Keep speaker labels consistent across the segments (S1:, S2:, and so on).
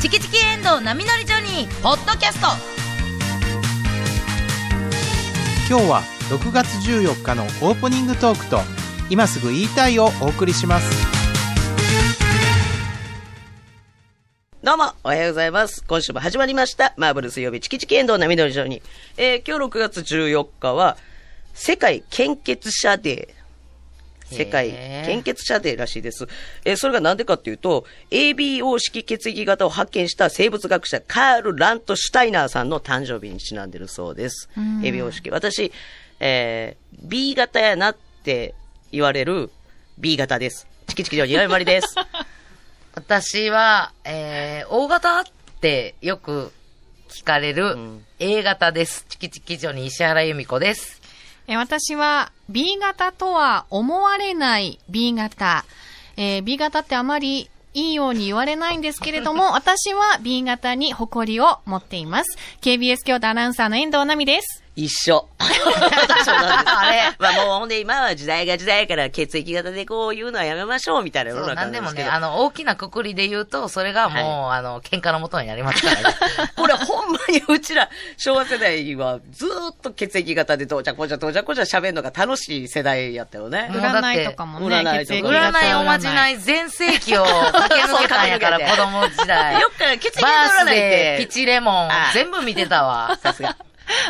S1: チキチキエンドウ波乗りジョニー」ポッドキャスト
S2: 今日は6月14日のオープニングトークと今すぐ言いたいをお送りします
S3: どうも、おはようございます。今週も始まりました。マーブル水曜日、チキチキエンドウ波乗り場に。えー、今日6月14日は、世界献血者デー。世界献血者デーらしいです。えー、それがなんでかっていうと、ABO 式血液型を発見した生物学者カール・ラント・シュタイナーさんの誕生日にちなんでるそうです。ABO 式。私、えー、B 型やなって言われる B 型です。チキチキジョニー、ライマリです。
S4: 私は、えー、O 型ってよく聞かれる A 型です。チキチキジョニー石原由美子です。
S5: えー私は B 型とは思われない B 型。えー B 型ってあまりいいように言われないんですけれども、 私は B 型に誇りを持っています。KBS 京都アナウンサーの遠藤奈美です。
S3: 一緒。そうなんです。
S4: あれ
S3: まあもうほんで今は時代が時代やから血液型でこういうのはやめましょうみたいな世の
S4: そ
S3: 中
S4: う、な
S3: なんんで
S4: でも
S3: すけ
S4: ね、
S3: ど。
S4: あの、大きなくくりで言うと、それがもう、あの、喧嘩のもとになりますからね。
S3: これ ほんまにうちら昭和世代はずーっと血液型でどうちゃこうちゃどうちゃこうちゃ喋るのが楽しい世代やったよね
S4: もう。だって
S5: 占いとかもね、
S3: 占いと
S5: 血
S3: か
S5: 液
S3: も
S5: 型。
S4: 占いおまじないい全盛期を駆け抜けたんやから、
S3: そう駆け
S4: 子
S3: 抜
S4: 供時代。
S3: よっから血液型
S4: バース
S3: 占いっ
S4: デ
S3: て
S4: ー、ピチレモン
S3: あ、
S4: 全部見て たわ。
S3: さすが。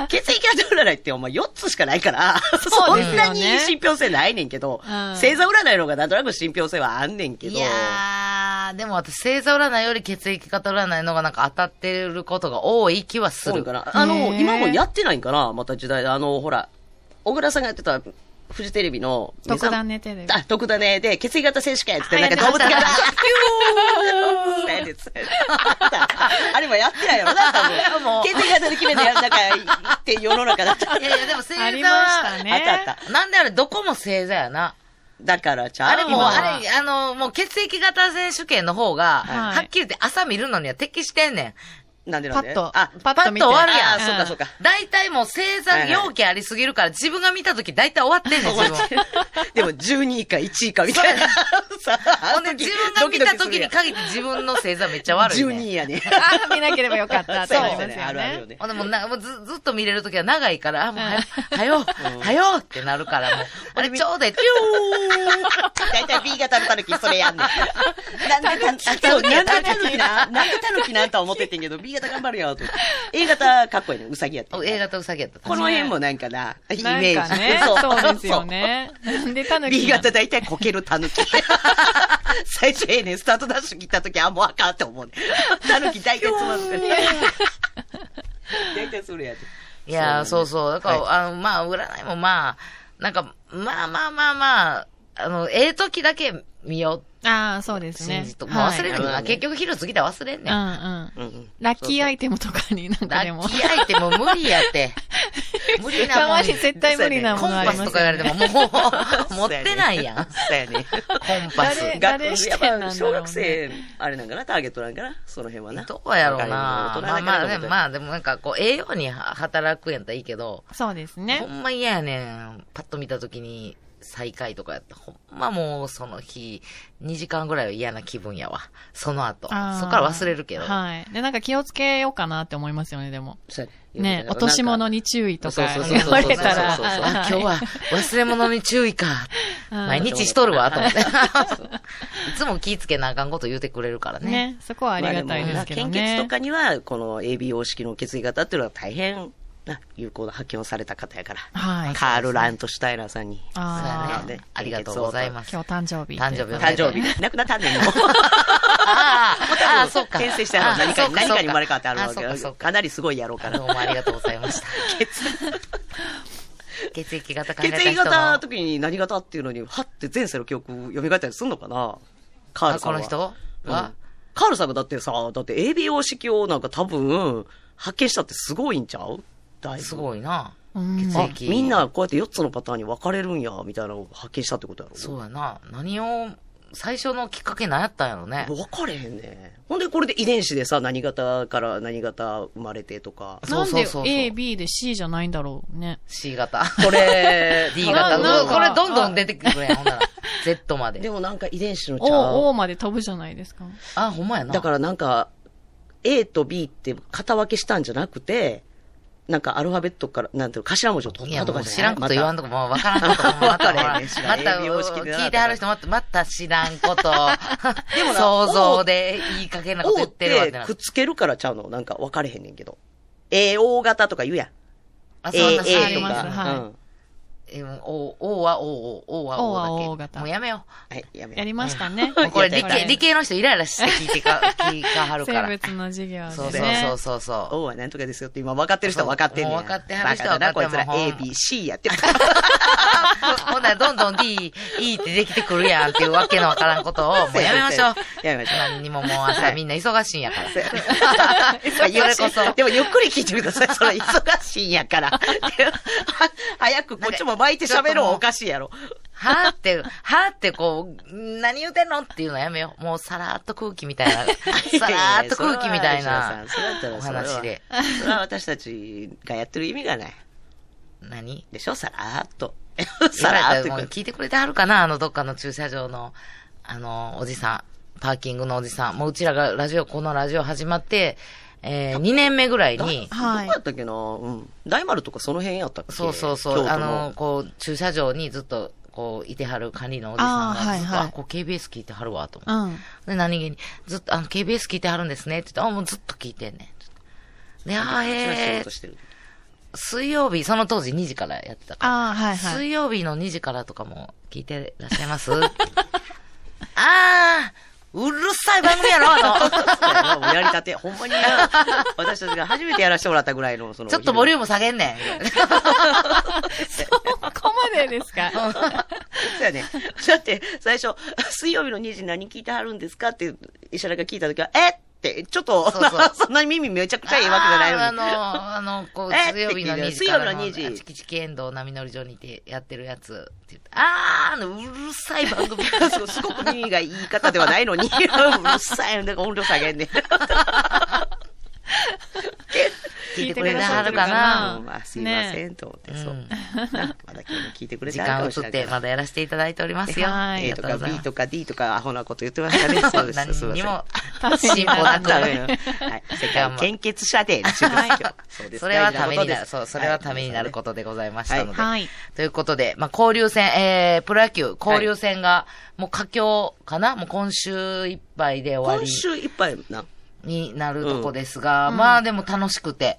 S3: 血液型占いってお前4つしかないから、そ
S5: そうです
S3: ん
S5: よね
S3: なに信憑性ないねんけど、
S5: うん
S3: 星座占いの方がなんとなく信憑性はあんねんけど。
S4: いやー、でも私、星座占いより血液型占いの方がなんか当たってることが多い気はす
S3: 多い
S4: る
S3: か。な。
S5: ー
S3: あの、今もやってないんかなまた時代で。あの、ほら、小倉さんがやってた、フジテレビの、
S5: 特段寝てる。
S3: あ、特ダネで、血液型選手会っつって、
S5: あ
S3: なんか動物が、
S5: やって まし
S3: ピューンってあれもやってないよな、多
S4: も
S3: 分。
S4: う
S3: 血液型で決めてやるなんか、って世の中だった。
S4: いやいや、でも星座
S5: ありました
S4: は、
S5: ね。
S3: あったあった。
S4: なんであれ、どこも星座やな。
S3: だからちゃう
S4: あれもう、
S3: 今は
S4: あれ、あの、もう血液型選手権の方が、はいっきり言って朝見るのには適してんねん。
S3: なんでな
S5: パ
S3: んで
S5: ッと、
S3: あ、
S5: パッと見て。
S4: パッと終わる
S3: あ
S4: や
S3: あ、
S4: ん
S3: そうかそうか。
S4: 大体もう星座容器ありすぎるから、自分が見た時大体終わってんねん、自分。
S3: でも12位か1位かみた いな。さあ
S4: ほんで、自分が見た時に限って自分の星座めっちゃ悪いねん。
S3: 12位やね。
S5: あー見なければよかったって
S3: そう
S5: なり
S3: で
S5: ますすよ
S3: ね。あるあるよ
S5: ね。
S3: ね。
S4: ほんでもうな、もうず、ずっと見れるときは長いから、あ、もうはよ、はよ、はよってなるから、もう。 あれちょうどいい、ピ
S3: 大体 B 型のタヌキ、それや んねん。なんでタヌキ、そうなんでタヌキな、 なんでタヌキなんとは思っててんけど、B 型頑張る よ、と。A 型かっこいいね、ウサギやって
S4: ュー。お、A 型ウサギやった。
S3: この辺もなんかな、イ
S5: なん
S3: メー
S5: か
S3: ジ。
S5: ね、そうですよ。ね。なんでタ
S3: そ
S5: ヌ
S3: う
S5: キ
S3: B
S5: なの
S3: 型大体こけるタ ヌキ。最初ええねん、スタートダッシュ切った時、あ、もうあかんって 思うねん。タヌキ大体つまずくね。大体それやで。
S4: いやー、そうそう。だから、
S3: は
S4: あの、まあ、占いもまあ、なんか、まあまあまあまあ、あの、ええ時だけ見よう。
S5: ああ、そうですね
S4: 信じ。と、もう忘れる
S3: はい
S4: な、結局昼過ぎたら忘れんねん。
S5: はいうんうん。
S3: うんうん。
S5: ラッキーアイテムとかになん
S4: ラ
S5: かで
S4: ッ
S5: も。
S4: キーアイテム無理やって。無理な
S5: た
S4: もん
S5: ま
S4: に
S5: に。絶対無理な
S4: コ
S5: も
S4: ン
S5: のあり
S4: パ
S5: ます
S4: ス
S5: よ、ね。
S4: とか言われても、もう、 持ってないやん。コン
S3: そうやね。
S4: パス。
S5: 誰
S3: 学
S5: して
S3: やっ
S5: なんだろうね
S3: ぱ小学生、あれなんかな、ターゲットなんかな、その辺はな。
S4: どうやろうな
S3: 大。人
S4: まあ
S3: だ
S4: ま
S3: からと
S4: あ
S3: 思
S4: ね、
S3: って
S4: まあでもなんかこう、ええように働くやったらいいけど、
S5: そうです
S4: ほ
S5: ね。
S4: んま嫌やねん。パッと見た時に最下位とかやったらほんまもうその日、2時間ぐらいは嫌な気分やわ。その後。そっ
S5: あー
S4: から忘れるけど。
S5: はい。で、なんか気をつけようかなって思いますよね、でも。
S3: そうや
S5: ね、落とし物に注意とか
S3: そうそうそう
S5: 言われたら。
S3: そうそうそうそう
S4: あ今日は忘れ物に注意か。
S5: うん
S4: 毎日しとるわ、と 思って。いつも気ぃつけなあかんこと言うてくれるからね。
S5: ね、そこはありがたいですけど
S3: まあもな献血と
S5: ね。
S3: かには、この ABO 式の血液型っていうのは大変な有効な発見をされた方やから。
S5: はい。
S3: カール・ラント・シュタイナーさんに。
S4: そうや
S5: あ
S3: ー
S4: ね。ありがとうございます。
S5: 今日誕生日。
S4: 誕生日
S3: 誕生日。亡くなったんねん、もう。
S4: あ あ、ああ、そうか。
S3: 転生したら何かに、何かに生まれ変わってあるわけ
S4: そうか、
S3: だ
S4: そう
S3: か
S4: か。
S3: なりすごいやろうから
S4: どう。もありがとうございました。血液型考え
S3: 血
S4: た
S3: 液
S4: 人の
S3: 型の時に何型っていうのに、はって前世の記憶蘇ったりすんのかなカール
S4: あ
S3: さん
S4: こ
S3: は。
S4: の人
S3: うん
S4: は、
S3: カールさんがだってさ、だって ABO 式をなんか多分、発見したってすごいんちゃうだいぶ。
S4: すごいな。
S5: うん
S4: 血
S3: あ
S4: 液
S3: みんなこうやって4つのパターンに分かれるんや、みたいなのを発見したってことやろ
S4: そうやな。何を、最初のきっかけ何やったんやろね。
S3: 分かれへんね。ほんでこれで遺伝子でさ、何型から何型生まれてとか。
S4: そう
S5: なん
S4: そう
S5: で
S4: そうそう
S5: A、B で C じゃないんだろうね。
S4: C 型。
S3: こ れ
S4: D 型。
S5: ななん
S4: うわこ
S5: か
S4: れどんどん出てくるやん、ほんなら。Z まで
S3: で。もなんか遺伝子のちゃ
S5: O、O
S3: う。
S5: まで飛ぶじゃないですか。
S4: あ、ほんまやな。
S3: だからなんか、 A と B って型分けしたんじゃなくて、なんかアルファベットから、なんていうの頭文字を取
S4: い
S3: った
S4: や、
S3: と
S4: も
S3: か
S4: う
S3: じ
S4: 知
S3: ゃな
S4: ら
S3: い
S4: んこと言わん
S3: ま
S4: とこ、もう分からんことも、また、
S3: 分から
S4: ま
S3: へん知ら
S4: た
S3: ん、栄養式でな
S4: 聞いてはる人、また、また知らんこと、想像でいい加減な
S3: た
S4: こと言
S3: O
S4: っ
S3: って
S4: るわけ
S3: て
S4: な
S3: くっ。つけるからちゃうのなんか分かれへんねんけど。AO 型とか言うやん。
S4: あ、そう
S3: A、
S4: なん
S3: A
S5: あり
S3: と
S5: ます
S3: か。
S5: はい
S3: うん
S4: えー、お、おはお、お、おはおだけ。
S5: おは O 型
S4: もうやめよ
S3: はい、やめ
S5: や
S3: よう。
S5: りましたね。
S4: う。もうこれ理
S5: や
S4: 系、理系の人イライラして聞いてか、聞いかは るか
S5: 生
S4: ら。
S5: 物の授業でね。
S4: そうそうそうそうそう。
S3: O はなんとかですよって今分かってる人は分かってんねん
S4: もう分かってはる人は
S3: バカだな、こ
S4: 分
S3: いつ
S4: かっ
S3: ら
S4: て も
S3: A、B、C やってる。
S4: ほんならどんどん D、E ってできてくるやんっていうわけのわからんことを、もうやめましょう。
S3: やめましょう
S4: 何にももう朝みんな 忙しいんやから。
S3: それこ
S4: それこそ
S3: そ。でもゆっくり聞いてください。それ忙しいんやから。では 早くこっちも巻いて喋ろう。おかしいやろ。
S4: はーって、はーってこう、何言うてんのっていうのやめよう。もうさらーっと空気みたいな、さらーっと空気みたいな
S3: それはそれは
S4: お話で。
S3: それは私たちがやってる意味がない。
S4: 何
S3: でしょさらーっ と。さらーっと
S4: もう
S3: こう。
S4: 聞いてくれてはるかなあの、どっかの駐車場の、あの、おじさん。パーキングのおじさん。もううちらがラジオ、このラジオ始まって、えー、2年目ぐらいに、
S5: は
S3: ど
S5: い
S3: こやったっけなうん。大丸とかその辺やったっけ
S4: そうそうそう、
S3: 京
S4: あ
S3: 都の
S4: の、こう、駐車場にずっと、こう、いてはる管理のおじさん
S5: あーは
S4: が、
S5: い
S4: ずっと、あ,、
S5: はい
S4: こう KBS 聞いてはるわ、と思って
S5: う
S4: で、
S5: ん。
S4: 何気に、ずっと、あの、KBS 聞いてはるんですねって言って、あ、もうずっと聞いてんねん。で、あー、
S3: うちら仕
S4: へえ
S3: 事、してる。
S4: 水曜日、その当時2時からやってたから、
S5: ああ、はいはい。
S4: 水曜日の2時からとかも聞いてらっしゃい ますあー、うるさい番組や ろ、あ
S3: そうやなもうやりたて、ほんまにな私たちが初めてやらせてもらったぐらいの、そ
S4: の。
S3: の。
S4: ちょっとボリュ
S3: ュ
S4: ーム下げんねん。
S5: ここまでですか
S3: そうやね。だって、最初、水曜日の2時何聞いてはるんですかって、石原が聞いた時は、えって、ちょっと、
S4: そうそう
S3: そんなに耳めちゃくちゃいいわけじゃないのに。
S4: あーあの、あの、こう、
S3: え
S4: 水曜日の2時
S3: 水
S4: か
S3: 曜
S4: ら
S3: 日の2時
S4: チキチキエンドウ波乗り場にいてやってるやつって言って、あー、あの、うるさい番組。
S3: そうすごく耳がいい方ではないのに、うるさいの、なんか音量下げんねん。
S4: 聞い
S5: 聞い
S4: て
S5: て
S4: く
S5: く
S4: れ
S5: れ
S4: て
S5: て
S4: は
S5: は
S4: る
S5: る
S4: か
S5: か
S4: な
S5: な。
S3: まあ、すいません、と思って、
S4: ね
S3: そう。なんかまだ今日聞い てくれ
S4: 時
S3: ては
S4: 間
S3: る
S4: 移
S3: かもしれ
S4: っ
S3: んけ
S4: て
S3: ど
S4: まだやらせていただいておりますよ。
S5: はい
S4: あり
S3: A
S4: が
S3: と
S4: とう
S3: か
S4: ござい
S3: B
S4: ます
S3: とか D とかアホなこと言ってま したね。そうです。すいませ
S4: 何に
S3: ん。
S4: も進
S5: 進
S4: 歩
S5: 歩
S4: な
S5: な
S4: く
S5: く
S3: ダメよはい。世界献血者で、一緒です今日そうです
S4: それはために
S3: 大事こと
S4: な
S3: で
S4: る。
S3: す
S4: そう、それはためになることでございましたので。
S5: はい。
S4: ということで、まあ、交流戦、えー、プロ野球、交流戦が、もう佳境かなもう今週いっぱいで終わ
S3: 今
S4: り
S3: 週いっぱいな。
S4: になるとこですが、まあでも楽しくて。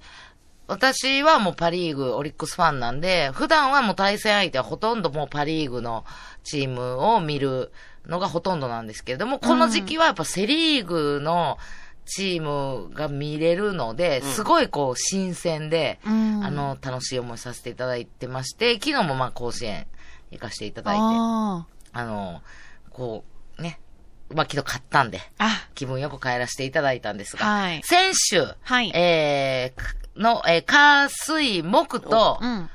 S4: 私はもうパリーグ、オリックスファンなんで、普段はもう対戦相手はほとんどもうパリーグのチームを見るのがほとんどなんですけれども、この時期はやっぱセリーグのチームが見れるので、すごいこう新鮮で、
S5: うん
S4: あの、楽しい思いさせていただいてまして、昨日もまあ甲子園行かせていただいて、あ
S5: あ
S4: の、こう、ね、まあ昨日勝ったんで、
S5: あ。あ、
S4: 気分よく帰らせていただいたんですが、
S5: はい
S4: 先週、
S5: はい
S4: えーかの、えー、火、水、木と
S5: う、ん。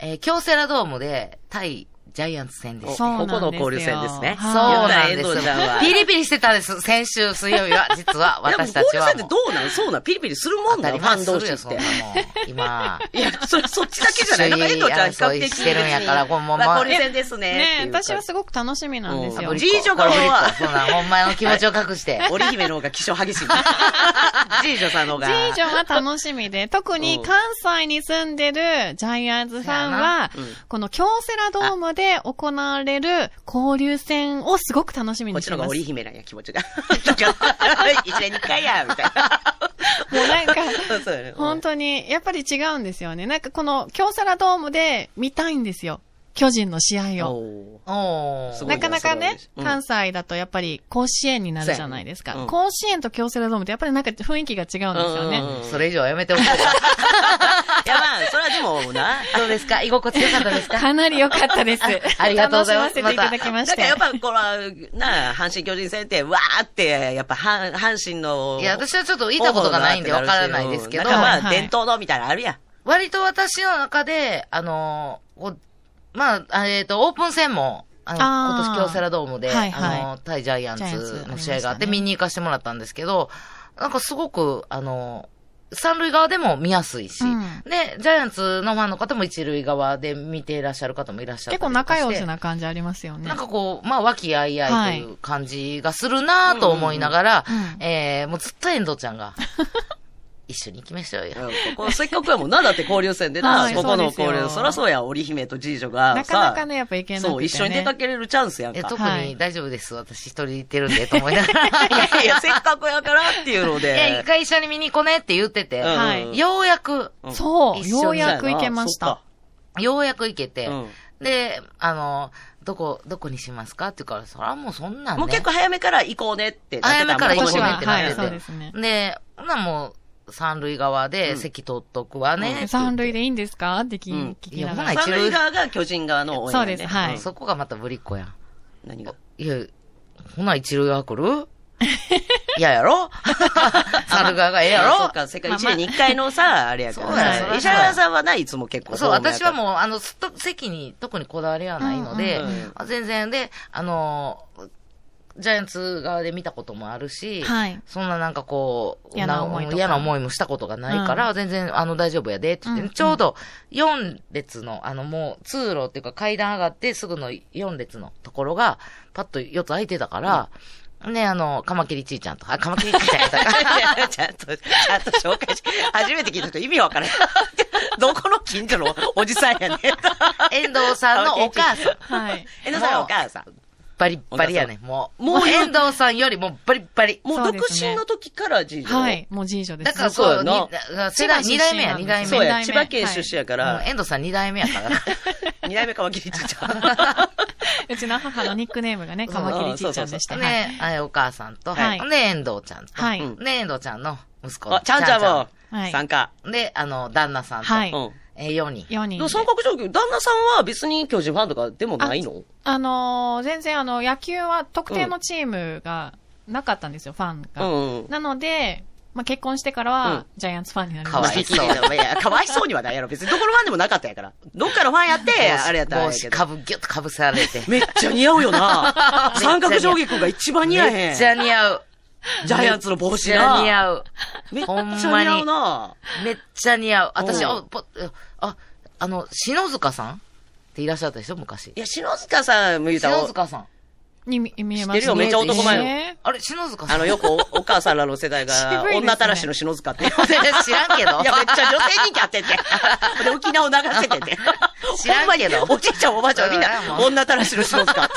S4: えー京セラドームで、対ジャイアンツ戦でした。
S5: そうなん
S3: ここ
S5: ですよ
S3: の交流戦ですね。
S5: はい
S4: そうなんです
S3: 言ったら遠藤ちゃんは
S4: ピリピリしてたんです。先週水曜日は、実は、私たちは
S3: でも
S4: も
S3: 交流戦
S4: う。
S3: ってどうなんそうなんピリピリするもん
S4: 当
S3: な
S4: た
S3: の
S4: り
S3: ファ
S4: 前
S3: ン
S4: す
S3: 同
S4: る
S3: 士
S4: よ、
S3: っ
S4: そん
S3: て
S4: な。もん。今。
S3: いや、それ、そっちだけじゃない。
S4: 首
S3: なんか
S4: 位
S3: 遠藤ちゃん比較
S4: 争い
S3: 的
S4: してるんやからこうもうまあ
S3: まあ、交流戦ですね。
S5: ね
S3: っていうか
S5: 私はすごく楽しみなんですよ
S3: うん。じいちょこれは
S4: そうなん、ほんまの気持ちを隠して。
S3: 織姫の方が気性激しい。 じいじょさんの方が。
S5: ジージョンは楽し みで、特に関西に住んでるジャイアンツファンは
S3: そうやなうん、
S5: この京セラドームで行われる交流戦をすごく楽しみ
S3: こっ
S5: にし
S3: ち
S5: て
S3: の方が
S5: ます。
S3: 織姫なんや、気持ちが。 一年に一回や、みたい
S5: もうなんか、
S3: な。 そうやね。
S5: 本当に、やっぱり違うんですよね。なんかこの京セラドームで見たいんですよ。巨人の試合を。
S3: おー
S4: お
S3: す
S4: ー
S3: ごい
S5: なかなか
S3: そうなん
S5: ね
S3: です、うん
S5: 関西だとやっぱり甲子園になるじゃないです
S3: そうや
S5: か。
S3: ねうん
S5: 甲子園と京セラドームってやっぱりなんか雰囲気が違うんですよ
S3: うんうんうん
S5: ね。
S4: それ以上やめておこう。
S3: いや、まあ、それはでもな。
S4: どうですか居心地よかったですか。
S5: かなり良かった です
S4: ありがとうございます
S5: 楽しませていただきま
S3: だ
S5: し
S3: か
S5: て
S3: ら。やっぱ、これなあ、阪神巨人戦って、わーって、やっぱ、阪阪神の。
S4: いや、私はちょっと見たことがないんでわからないですけど
S3: な、んか
S5: はい
S3: まあ、
S5: はい
S3: 伝統のみたいなのあるやん。
S4: 割と私の中で、あのー、こうまあ、えっ、と、オープン戦も、あの、
S5: あー
S4: 今年京セラドームで、
S5: はいはい
S4: あの、対ジャイアン
S5: ジャイアン
S4: ツ
S5: ツ
S4: の試合があって、
S5: ありましたね
S4: 見に行かせてもらったんですけど、なんかすごく、あのー、三塁側でも見やすいし、
S5: うん
S4: で、ジャイアンツのファンの方も一塁側で見ていらっしゃる方もいらっしゃる
S5: 結構仲良しな感じありますよね。
S4: なんかこう、まあ、和気あいあいという感じがするなぁと思いながら、
S5: うんうんうん
S4: えー、もうずっと遠藤ちゃんが、 一緒に行きましょうよ。
S3: うんここせっかくやもんな、だって交流戦でな、
S5: はい
S3: ここの
S5: そう
S3: 交
S5: ですよ
S3: 流、そらそうや、織姫と次女がさ、
S5: なかなかね、やっぱいけなくて、ね。
S3: そう、一緒に出かけれるチャンスやん
S4: え
S3: か。
S4: 特
S5: はい
S4: に大丈夫です。私一人で行ってるんで、と思いながら。い
S3: いやいや、せっかくやからっていうので。
S4: や、一回一緒に見に行こうねって言ってて、
S3: うん
S5: はい
S3: うん
S4: ようやく、
S3: うん
S5: そう、
S4: 一緒に
S5: ようやく行けました。
S4: ようやく行けて、
S3: そっかうん
S4: で、あの、どこ、どこにしますかって言うから、そらもうそんなんね。
S3: もう結構早めから行こうねってなってたもん
S4: 早めから行こう
S5: 私
S4: ね
S5: は、
S4: ってなっ
S5: は
S4: て
S5: い、
S4: て
S5: そうですね。
S4: で、ほなもう、三塁側で席取っとくわね。
S5: 三塁でいいんですかって聞,、
S3: うん
S5: 聞きなが
S4: いや
S5: ら。
S3: 三塁側が巨人側の応援やね
S5: そうですはい
S4: そこがまたぶりっ子やん。
S3: 何が
S4: いや、ほな一塁側 来るいややろ三塁側がええや
S3: そ
S4: ろ
S3: っか、世界一年に一回のさ、あれやか
S4: そうや
S3: ら
S4: そ
S3: さ。
S4: ら
S3: 石原さんはない、いつも結構。
S4: そう、私はもう、あの、すと席に特にこだわりはないので、
S3: うんうんうん
S4: あ全然で、あの、ジャイアンツ側で見たこともあるし、
S5: はい。
S4: そんななんかこう、
S5: 嫌な思いとか
S4: 嫌な思いもしたことがないから、全然、あの、大丈夫やで、って言って、
S5: うんうん
S4: ちょうど、4列の、あの、もう、通路っていうか階段上がってすぐの4列のところが、パッと4つ空いてたから、ね、あの、カマキリちいちゃんとか、あカマキ リちいちゃんやったか
S3: ちゃんと、ちゃんと紹介し、初めて聞いた人意味わからない。どこの近所のおじさんやねん。
S4: 遠藤さんのお母さん。
S5: はい。
S3: えのさんはお母さん。
S4: バリッバリやね、もう。
S3: も
S4: も
S3: う
S4: う遠藤さんよりもバリッバリ。
S3: もう
S5: そう
S3: 独
S5: ですね
S3: 身の時から次女。
S5: はい。もう次女で
S4: だ
S5: す。
S4: から
S3: そう
S4: そ
S3: や
S4: う、
S3: な
S4: にだ世代
S5: 千葉出身
S4: 2代目や、
S5: なんです
S4: 2代目。
S3: そうや、
S5: 二代目
S3: 千葉県出身やか
S4: もう
S3: ら、
S4: 遠藤さん2代目やから。
S3: 二代目カマキリちいちゃん。
S5: うちの母のニックネームがね、カマキリちいちゃんでした。はい。
S4: ね、あお母さんと、
S5: はい
S4: ね、遠藤ちゃんと、
S5: はい
S3: うん
S4: ね、遠藤ちゃんの息子。
S3: あ、ちゃんちゃんも
S5: はい
S3: 参加。
S4: んで、あの、旦那さんと、
S5: はい
S3: うん。
S4: えー、4人。
S5: 4人
S3: でも
S5: で。
S3: 三角状況、旦那さんは別に巨人ファンとかでもないの
S5: あのー全然あの、野球は特定のチームがなかったんですよ、ファン
S3: う
S5: が。
S3: んうん。
S5: なので、まあ、結婚してから
S3: うん
S5: は、ジャイアンツファンになり
S4: か
S5: ま
S4: わ
S5: し
S4: い
S5: た。
S4: そう
S3: いや、かわいそうにはないやろ。別にどこのファンでもなかったやから。どっかのファンやって、
S4: 帽子
S3: あれやったらあ
S4: 帽
S3: れやけ
S4: 子
S3: ど
S4: かぶ、ぎゅっとかぶされて。。
S3: めっちゃ似合うよ な
S4: めっちゃ似合
S3: 三
S4: う
S3: 角定規君が一番似合えへ
S4: め
S3: ん。
S4: っ
S3: ジ
S4: ちゃ似合う。
S3: ャイアンツの帽子
S4: めっちゃ
S3: な。
S4: 似合う。
S3: めっち
S4: ほ
S3: ゃ
S4: んまに
S3: 似合うな。
S4: めっちゃ似合う。私、
S3: うん
S4: あ、ぽあ、あの、篠塚さんっていらっしゃったでしょ、昔
S3: い。や、篠塚さんも言うたら
S4: 篠、塚さん。
S5: に見見えま
S3: 知って
S5: す
S3: るよめっちゃ男前よ
S5: ね
S4: あれ、篠塚さん
S3: あの、よくお お母さんらの世代が
S5: 渋い、ですね
S3: 女たらしの篠塚って言うて。いや、
S4: 知らんけ
S3: め
S4: ど。
S3: っちゃ 女性人気あってて。で、沖縄を流せてて。
S4: 知らんけど
S3: ほまにおじいちゃんおばあちゃんみん
S4: うんも
S3: な、
S4: う
S3: 女たらしの篠塚って。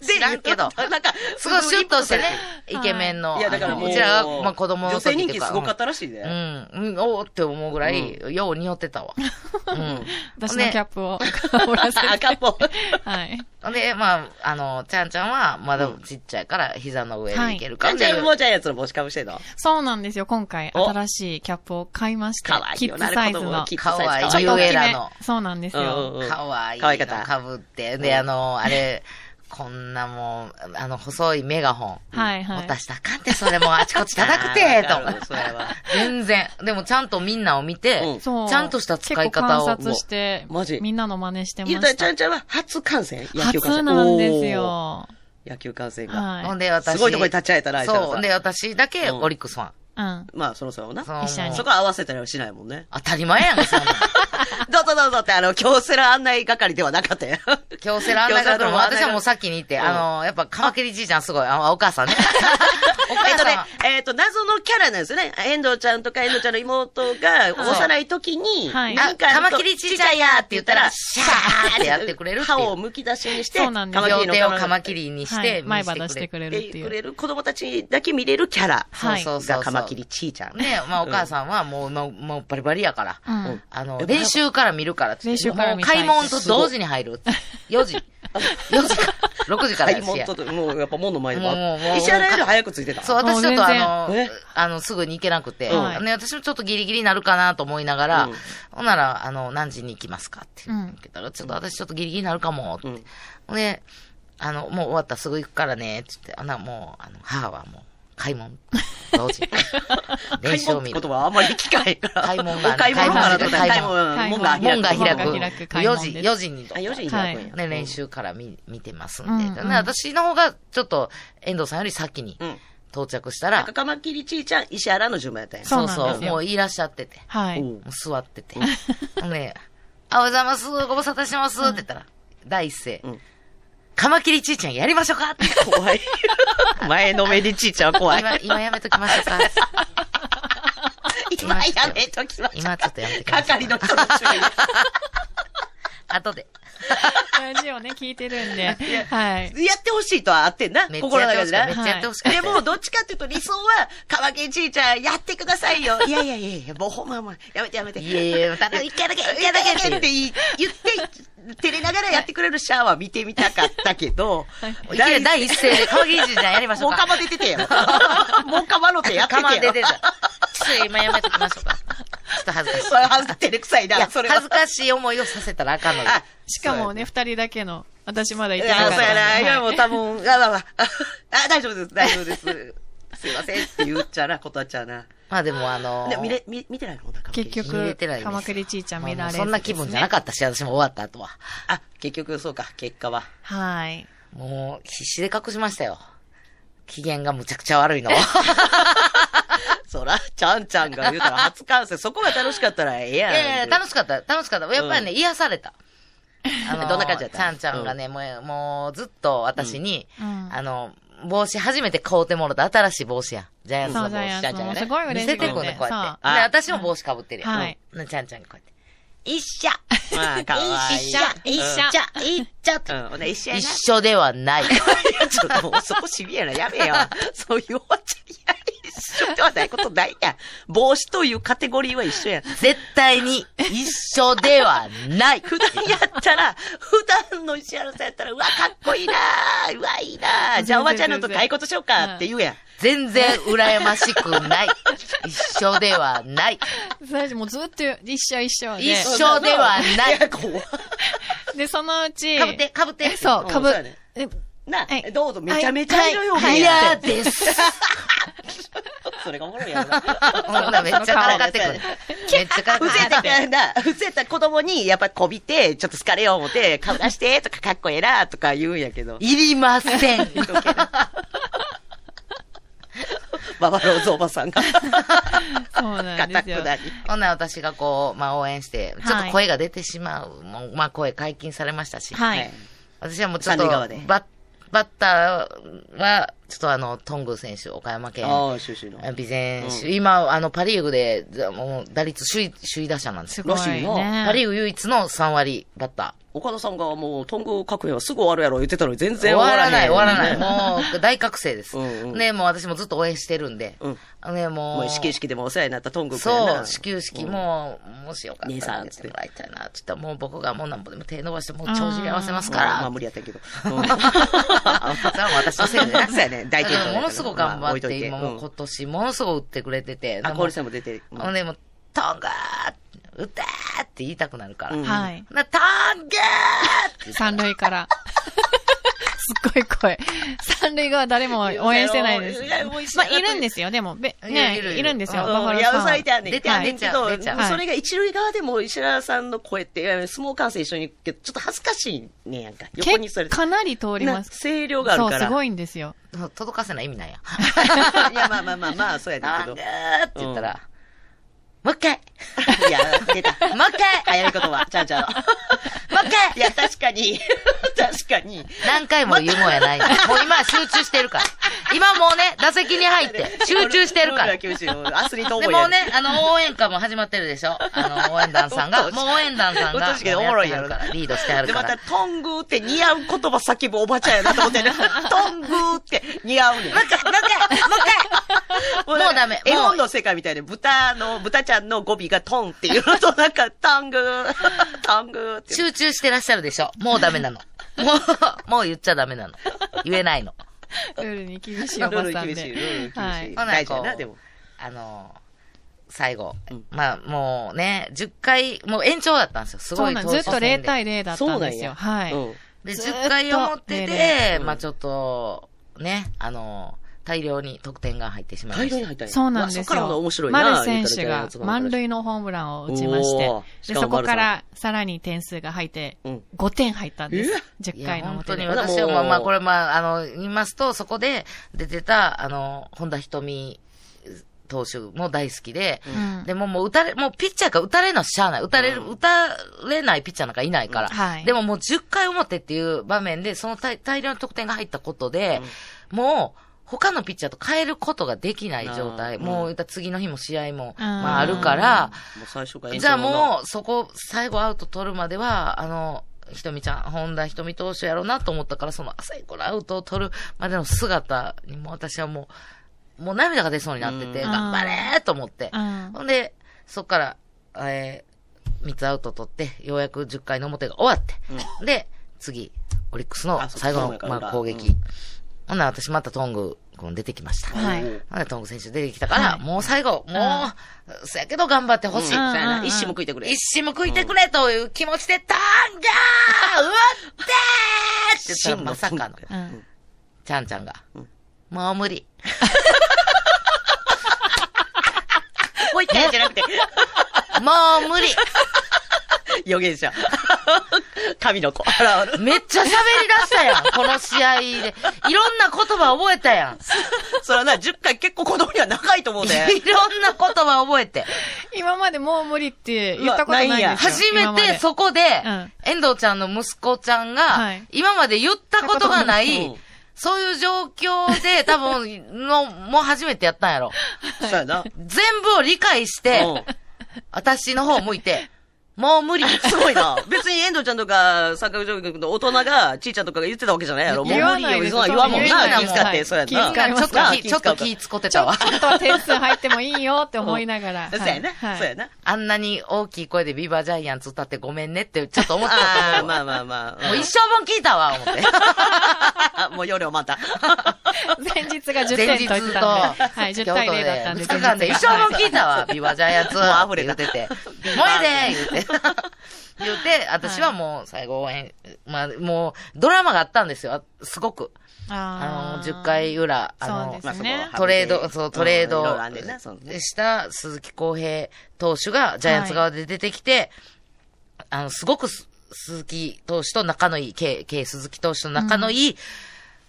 S3: で
S4: 知らんけ ど
S3: なんか、
S4: すごいシュッとしてね、イ
S5: はい
S4: ケメンの。
S3: いや、だから
S4: あの
S3: もう、
S4: うちらが、まあ、子供の
S3: 女
S4: 時
S3: 性
S4: ってい
S3: 人
S4: う
S3: 気すごかったらしい
S4: うん
S3: ね。、
S4: うん、おーって思うぐらい、よう匂ってたわ。う
S5: 私のキャップを被らせ て。
S3: 赤っぽ。
S5: はい。
S4: ん。で、まあ、あの、ちゃんちゃんは、まだちっちゃいから、膝の上でいけるか
S3: か
S4: ら。
S3: んちゃんもジャイアンツの帽子かぶしてんの
S5: そうなんですよ、今回、
S3: お
S5: 新しいキャップを買いまして
S3: かわ、いい
S5: キッ
S3: よ
S5: ズ
S3: な
S5: サイズ
S3: 子供
S5: の。
S3: キッズ
S4: かわい
S3: サイ
S4: い
S3: ズ
S4: ゆえら
S5: ちょっと
S4: の
S5: 大き。めそうなんですよ。
S3: うんうん
S4: かわいい。
S3: 可愛かった
S4: かぶって。で、あの、あれ、こんなもう、あの、細いメガホン。
S5: はいは
S4: 持
S5: い
S4: た。したらあかんって、それもうあちこち叩くて、と
S3: あー わか
S4: 思っ
S3: る
S4: て
S3: それは。
S4: 全然。でもちゃんとみんなを見
S3: う
S4: て
S3: ん、
S5: そう。
S4: ちゃんとした使い方を
S5: 結構観察して
S3: もうマジ、
S5: みんなの真似してま
S3: ゆうた
S5: し
S3: ちゃ
S5: た。
S3: んちゃんは初観戦野球観
S5: 初
S3: 戦。
S5: なんですよ。
S3: おー。野球観戦が。
S5: はい。
S4: ほんで、私。
S3: すごいとこに立ち会えたな、あいつら
S4: そう。で、
S3: さ。
S4: 私だけオリックスファン。
S5: うん。
S3: まあ、そろそろな。
S4: そう
S5: 一緒に
S3: そこは合わせたりはしないもんね。
S4: 当たり前やんか、そんなん。
S3: どうぞどうぞって、あの、京セラ案内係ではなかったよ。
S4: 京セラ案内がも
S3: 京
S4: 私
S3: セラ
S4: は
S3: の
S4: もう先にいて、
S3: うん
S4: あの、やっぱ、カマキリじいちゃんすごい。あ、お 母さんね。
S3: えっと
S4: お母さん
S3: ね。、えっと、謎のキャラなんですよね。遠藤ちゃんとか遠藤ちゃんの妹が幼い時に、
S5: はい
S3: なんか、
S4: あカマキリちいちゃんやって言ったら
S3: シ
S4: シャーってやってくれるってい
S3: 歯
S4: う
S3: をむき出しにして、
S5: そうなんです
S4: 両手を
S3: の
S4: カマキリにし
S5: は
S4: て、
S5: い。前
S4: 見せ
S5: 歯出してくれるっ
S3: で
S5: てい
S3: く
S5: う。
S3: れる子供たちだけ見れるキャラ
S5: はい
S4: そうそうそ
S3: が
S4: う。
S3: カマキリ。ちいちゃん。
S4: ね、まあ、お母さんはもう、もう、もうバリバリやから。
S5: うん
S3: うん
S4: あの
S3: や、っぱ
S4: 練習から見るからって。
S5: 練習から
S4: も
S5: 見
S4: う
S5: たい
S4: 開門と同時に入る。4時。4時か。6時か
S3: 買
S4: らや
S3: い
S4: し
S3: 物と、もうやっぱ門の前でも
S4: もうもうもう
S3: 石原より早くついてた。
S4: そう、私ちょっ
S5: も
S4: と
S5: う全
S4: あの
S3: 然え、
S4: あの、すぐに行けなくて、
S5: はい
S4: ね、私もちょっとギリギリになるかなと思いながら、
S3: うん
S4: ほんなら、あの、何時に行きますかって
S5: うん
S4: 言ったら、ちょっと私ちょっとギリギリになるかも、って。
S3: うん。
S4: で、あの、もう終わったらすぐ行くからね、って言って、あな、もう、あの、母はもう、買い物、同時に練
S3: 買い
S4: 習
S3: 物
S4: を
S3: っ
S4: 見
S3: て
S4: る
S3: 言。葉はあんまり聞かへんから。
S4: 買い物が
S3: お買い物かなと思ったら
S4: 買
S3: 買
S4: い
S3: い
S4: 物
S3: 物、
S5: 買
S3: 門
S5: い物
S3: が
S4: 門が
S3: 開く。
S4: 開
S5: 門
S4: く。
S5: が開く開
S4: 4
S5: 門
S4: 時、
S5: です
S4: 4時に。
S3: あ、4時に
S5: は
S3: 開
S5: い
S3: くんや。
S4: ね、練習から見、見てますんで。
S5: うんうん
S4: で私の方が、ちょっと、遠藤さんより先に
S3: うん。
S4: 到着したら、
S3: カマキリちいちゃん、石原の順番やったんや。
S5: そう
S4: そう
S5: なん
S4: そ
S5: で
S4: う、
S5: すよ
S4: もういらっしゃってて、
S5: はい。
S3: うん
S4: もう座ってて、ねあ、おはようございます、ご無沙汰してます、って言ったら、第一声、
S3: うん
S4: カマキリちいちゃんやりましょうかって。
S3: 怖い。前のめりちいちゃんは怖い。
S4: 今、今やめときましょう か。
S3: 今やめときましょう。
S4: 今ちょっとやめと きましょう
S3: 係の人の注
S4: 後で。
S5: ラジオね、 聞いてるんで。はい。
S3: 意。やってほしいとはあってんな、
S4: めっちゃ
S3: 心の
S4: や
S3: 中
S4: ってほ
S3: で
S4: しかった。
S3: な
S4: めっ。ちゃやってほしかっ
S3: で
S4: た。
S3: も、どっちかっていうと理想は、川毛じいちゃん、やってくださいよ。いやいやいやいや、もうほんまもう、やめてやめて。
S4: いやいやただ
S3: 一回だけ、一回だけって言い言って、照れながらやってくれるシャワー見てみたかったけど、
S4: いきなり第一声で、川岸ちゃんやりましょ
S3: も
S4: う
S3: う
S4: か。
S3: かま出ててよ。もうかまの手やっててよ。
S4: 我慢出てた。ちょっと今やめときましょうか。ちょっと恥ずかし い。
S3: それは照れくさい
S4: い
S3: な、
S4: や、
S3: それ
S4: 恥ず
S3: は。
S4: かしい思いをさせたらあかんのよ。
S3: あ
S5: しかもね、二人だけの、私まだ
S3: い
S5: 行って
S3: や、
S5: なかったん
S3: そう
S5: で。
S3: やな。今
S5: は
S3: も
S5: い
S3: 多分、あ、まあまあ、ああ、大丈夫です、大丈夫です。すいませんって言っちゃうな、断っちゃうな。
S4: まあでもあの
S3: でも見れ、見見てないのなんか
S5: 結
S4: 見れ
S5: 局
S4: てないんで、すよ
S5: 鎌倉ちいちゃん見られず
S4: そんな気分じゃな
S5: っ
S4: かったし、私も終わった後は。
S3: あ、結局そうか、結果は。
S5: た。はい。
S4: もう、必死で隠しましたよ。機嫌がむちゃくちゃ悪いの。
S3: そら、ちゃんちゃんが言うたら初完成、そこが楽しかったらええやん。
S4: いやいや、楽しかった、楽しかった。やっぱりね、癒された。あの
S3: どんな感じだった
S4: ちゃんちゃんがね、もう、もうずっと私に、
S5: うん
S4: あの、帽子初めて買うてもろた新しい帽子や。ジャイアンツ
S5: そ
S4: の
S5: う、ジャイアン
S4: 帽
S5: ツ
S4: 子。
S5: もすごい
S4: 見
S5: 嬉し
S4: せ
S5: い
S4: て
S5: の
S4: くん
S5: で
S4: ね、こうやって。
S3: そう
S4: で、私も帽子かぶってるやん。
S5: はい
S4: うん。ちゃんちゃんにこうやって。一緒
S3: まあ、かわいい。
S4: 一緒一緒一緒って
S3: うん、ほんで一緒やな。
S4: 一緒ではない。
S3: いやちょっともうそこシビアな、やめよ。そういうおっちゃんや一緒ではないことないやん。帽子というカテゴリーは一緒やん。
S4: 絶対に一緒ではない。
S3: 普段やったら、普段の石原さんやったら、うわ、かっこいいなーうわ、いいなーじゃあおばちゃんのと買いことしようかって言うやん。
S4: 全然羨ましくない。一緒ではない。
S5: 最初もうずっと一緒一緒で。
S4: 一緒ではない
S3: や、怖い
S5: で、そのうち。
S4: かぶって、かぶって。
S5: そう、
S3: うん
S5: かぶ
S3: そうやね。
S5: え
S3: な、
S5: はい
S3: どうぞ、めちゃめちゃ色よ、
S5: はいはい
S3: お前
S4: 嫌です。
S3: それがおもろいやろな。
S4: ほんなめっちゃからかってくる。めっちゃか らか
S3: ふ
S4: って
S3: せた
S4: くる。
S3: な、ふせた子供に、やっぱこびて、ちょっと好かれよう思って、顔出して、とか、かっこええな、とか言うんやけど。
S4: いりま せん。
S3: ババローズおばさんが。
S5: そうなんですよ
S3: く。なり。
S4: ほんなら私がこう、まあ応援して、ちょっと声が出てしまう。もうまあ声解禁されましたし。
S5: はい。
S4: 私はもうちょっと、
S3: 三塁
S4: バ
S3: 側で
S4: ッ、バッターは、ちょっとあの、トング選手、岡山県。
S3: ああ、シュシュの。
S4: 備前首位今、あの、パリーグで、ざもう、打率首位、首位打者なんです
S5: す
S4: よ。
S5: ご
S3: らし
S5: い
S3: いな
S5: ね。
S4: パリーグ唯一の3割バッタ
S3: 岡田さんがもう、トング革命はすぐ終わるやろ言ってたのに全
S4: ー。
S3: 然終わらない。
S4: 終わらない、終わら
S3: い。
S4: ない。もう、大覚醒です。
S3: うんうん
S4: ね、もう私もずっと応援してるんで。
S3: うん
S4: あのね、もう。
S3: もう始球式でもお世話になったトング君や
S4: そ
S3: な
S4: う、始球式も、もしよかったら
S3: 姉さん
S4: 出
S3: っつって
S4: てもらいたいな、つって、もう僕がもうなんぼでも手伸ばして、もう長寿に合わせますか
S3: ま
S4: ら
S3: あ。無理やったけ ど。
S4: それは私のせいで
S3: そうやね大健闘やから
S4: ものすごく頑張っ
S3: まあ置いとい
S4: て、
S3: て
S4: 今もう今年、ものすごく打ってくれてて。
S3: あ、氷さんも出てる。うん
S4: ほんでもう、トングー打てーって言いたくなるか
S3: う
S4: ら。
S3: ん
S5: はい。
S4: な、トングーって
S5: 三塁から。すっごい声。三塁側誰も応援してないです
S3: いやもうい。
S5: まあ、いるんですよ、でも。べ
S4: いや
S5: ね
S4: いるいる
S5: いるんですよ、
S4: うん
S5: バファロー
S3: や
S5: ズフ
S3: う
S5: ァン
S3: さいてはね、
S4: 出ちゃう
S3: けど、
S4: 出ちゃう
S5: 出ちゃう
S3: それが一塁側でも石原さんの声って、いや相撲観戦一緒に行くけど、ちょっと恥ずかしいねやんか。横にそれ
S5: けかなり通りま
S3: な
S5: す。
S3: 声量がある
S5: そう、
S3: から。
S5: すごいんです よ。
S4: 言う届かせない意味ないや。
S3: いや、まあまあまあまあ、そうやねん
S4: ト
S3: け
S4: ン
S3: ど
S4: グ。ーって言ったら、もう一回
S3: いや、出た。
S4: もう一回
S3: 早いことは、ちゃんちゃん。
S4: もう一
S3: い
S4: 回
S3: や、確かに。 確かに。
S4: 何回も言うもんやない。もう今は集中してるから。今もうね、打席に入って、集中してるから。
S3: ルールは厳しいよアスリート思
S4: で
S3: いや
S4: もうね、あの、応援歌も始まってるでしょあの、応援団さん
S3: う
S4: が。
S3: っとうしい
S4: もう応援団さん
S3: うっと
S4: が。
S3: うしいけどおもろい
S4: や
S3: や
S4: っては
S3: ろ
S4: るから。リードしてはる
S3: で、
S4: か
S3: また、
S4: ら。
S3: トングーって似合う言葉叫ぶおばちゃんやなと思 ってね。トングーって似合うねん。も
S4: もうダメ
S3: 絵
S4: もう
S3: 本の世界みたいで、豚の、豚ちゃんの語尾がトンって いうのと、なんか、トングー、トングーって。
S4: 集中してらっしゃるでしょもうダメなの。もう、もう言っちゃダメなの。言えないの。
S5: ルールに厳しい
S3: ル
S5: お
S3: ー
S5: ば
S3: ル
S5: さんで。
S3: 厳しい、ルール厳
S5: は
S3: しい。
S5: い。
S4: ほな
S3: 大事や
S4: こ
S3: な、
S4: う
S3: でも。
S4: あの、最後
S3: うん。
S4: まあ、もうね、10回、もう延長だったんですよ。す
S5: そ
S4: ご
S5: う
S4: い
S5: なん
S4: 投
S5: ず
S4: 手
S5: っと
S4: 戦で
S5: 0対0だったんですよ。はい。
S3: うん
S4: で、
S5: ずーっと
S4: 10回表
S5: ね
S4: で、まあちょっと、ね、あの、大量に得点が入ってしまいま
S3: 大
S4: した
S3: 量に。入ったんや
S5: そうなんで
S3: わ
S5: す
S3: そっからまだ
S5: よ。
S3: 面白いな。
S5: 丸選手
S3: イタリアの
S5: が
S3: やつの話
S5: 満塁のホームランを打ちまし
S3: おー
S5: て、
S3: し
S5: で
S3: かも
S5: そこか
S3: 丸
S5: らさらに点数が入って
S3: うん、
S5: 5点入ったんで
S3: うわ
S5: す。10
S4: い
S5: 回
S4: や、
S5: の
S4: 本当
S5: 表
S4: に
S5: で。
S4: 私
S3: も
S4: は、
S3: う
S4: まあまあ、これ、まあ、あの、言いますと、そこで出てた、あの、本田瞳投手も大好きで、
S5: うん
S4: でももう打たれ、もうピッチャーが打たれなしゃあない。打たれる、
S3: うん
S4: 打たれないピッチャーなんかいないから。
S5: はい
S4: でももう10回表っていう場面で、その大大量の得点が入ったことで、もう、他のピッチャーと変えることができない状態。
S3: あー
S4: もう、言ったら次の日も試合も、
S5: うん
S4: まああるから、
S3: もう最初から
S4: じゃあもう、そこ、最後アウト取るまでは、あの、ひとみちゃん、本田ひとみ投手やろうなと思ったから、その最後のアウトを取るまでの姿にもう私はもう、もう涙が出そうになってて、
S5: うん
S4: 頑張れーと思って。
S5: うん
S4: ほんで、そっから、えー、3つアウト取って、ようやく10回の表が終わって、で、次、オリックスの
S3: あそう
S4: 最後
S3: そう
S4: の
S3: や、から
S4: まあ、攻撃。
S3: うん
S4: ほんなら私またトング君出てきました。
S5: はい
S4: なんでトング選手出てきたから、
S5: はい
S4: もう最後、もう、そやけど頑張ってほしい。
S3: うん
S4: そやな
S5: うん
S3: 一矢報いてくれ。
S4: 一矢報いてくれという気持ちで、タンガーうわってーって言ったらまさかの、
S5: うん
S4: ちゃんちゃんが
S3: うん、
S4: もう無理。
S3: もう一回じゃなく て、
S4: もう無理。
S3: 予言者。神の子。あらあら
S4: めっちゃ喋り出したやん、この試合で。いろんな言葉覚えたやん。
S3: それはな、10回結構子供には長いと思うね。
S4: いろんな言葉覚えて。
S5: 今までもう無理って言ったことないんですよ。
S4: 初め
S5: 今まで
S4: てそこで
S5: うん、
S4: 遠藤ちゃんの息子ちゃん
S5: は
S4: が
S5: い、
S4: 今まで言ったことがな
S3: う
S4: い
S3: ん、
S4: そういう状況 で、多分、の、もう初めてやったんやろ。
S3: そうやな。
S4: 全部を理解して、私の方向いて、もう無理。
S3: すごいな。別に遠藤ちゃんとか、坂口上君の大人が、ちいちゃんとかが言ってたわけじゃないやろ。もう
S5: 言わない
S3: 無
S5: です
S3: 理よ言わんもん
S4: 言わ
S3: な。
S4: ない
S3: 気使って、そうやん
S5: は
S3: な。
S4: ち
S5: い使い
S4: ょ
S5: ま
S4: っ
S5: す
S4: と
S5: か
S4: 気、ちょっと気使ってたわ。
S5: ちょっと点数入ってもいいよって思いながら。
S3: そう
S5: はい
S3: やな。
S5: はい
S3: そうやな。
S4: あんなに大きい声でビバジャイアンツ歌ってごめんねって、ちょっと思って
S3: あ
S4: た
S3: あ、まあまあまあ。
S4: もう一生分聞いたわ、思 って。
S3: あもう夜をまた。
S5: 前日が10
S4: 前
S5: 点
S4: 日
S5: と
S4: と、
S5: 言ってたんで。はい、10対0だったんで。
S4: 2日間で一生
S5: は
S4: 分聞いたわ、ビバジャイアンツは。溢れ言ってて。もうええで言って。言って、私はもう最後応援、まあ、もう、ドラマがあったんですよ、すごく。あの、
S5: あー
S4: 10回裏、あ
S5: そう
S4: の
S5: で、す
S3: まあそこは
S4: トレード、そう、トレー
S3: うんいろい
S4: ド
S3: ろあんねんなそのね
S4: した鈴木康平投手がジャイアンツ側で出てきて、あの、すごくす鈴木投手と仲のいい、K、K 鈴木投手と仲のいい、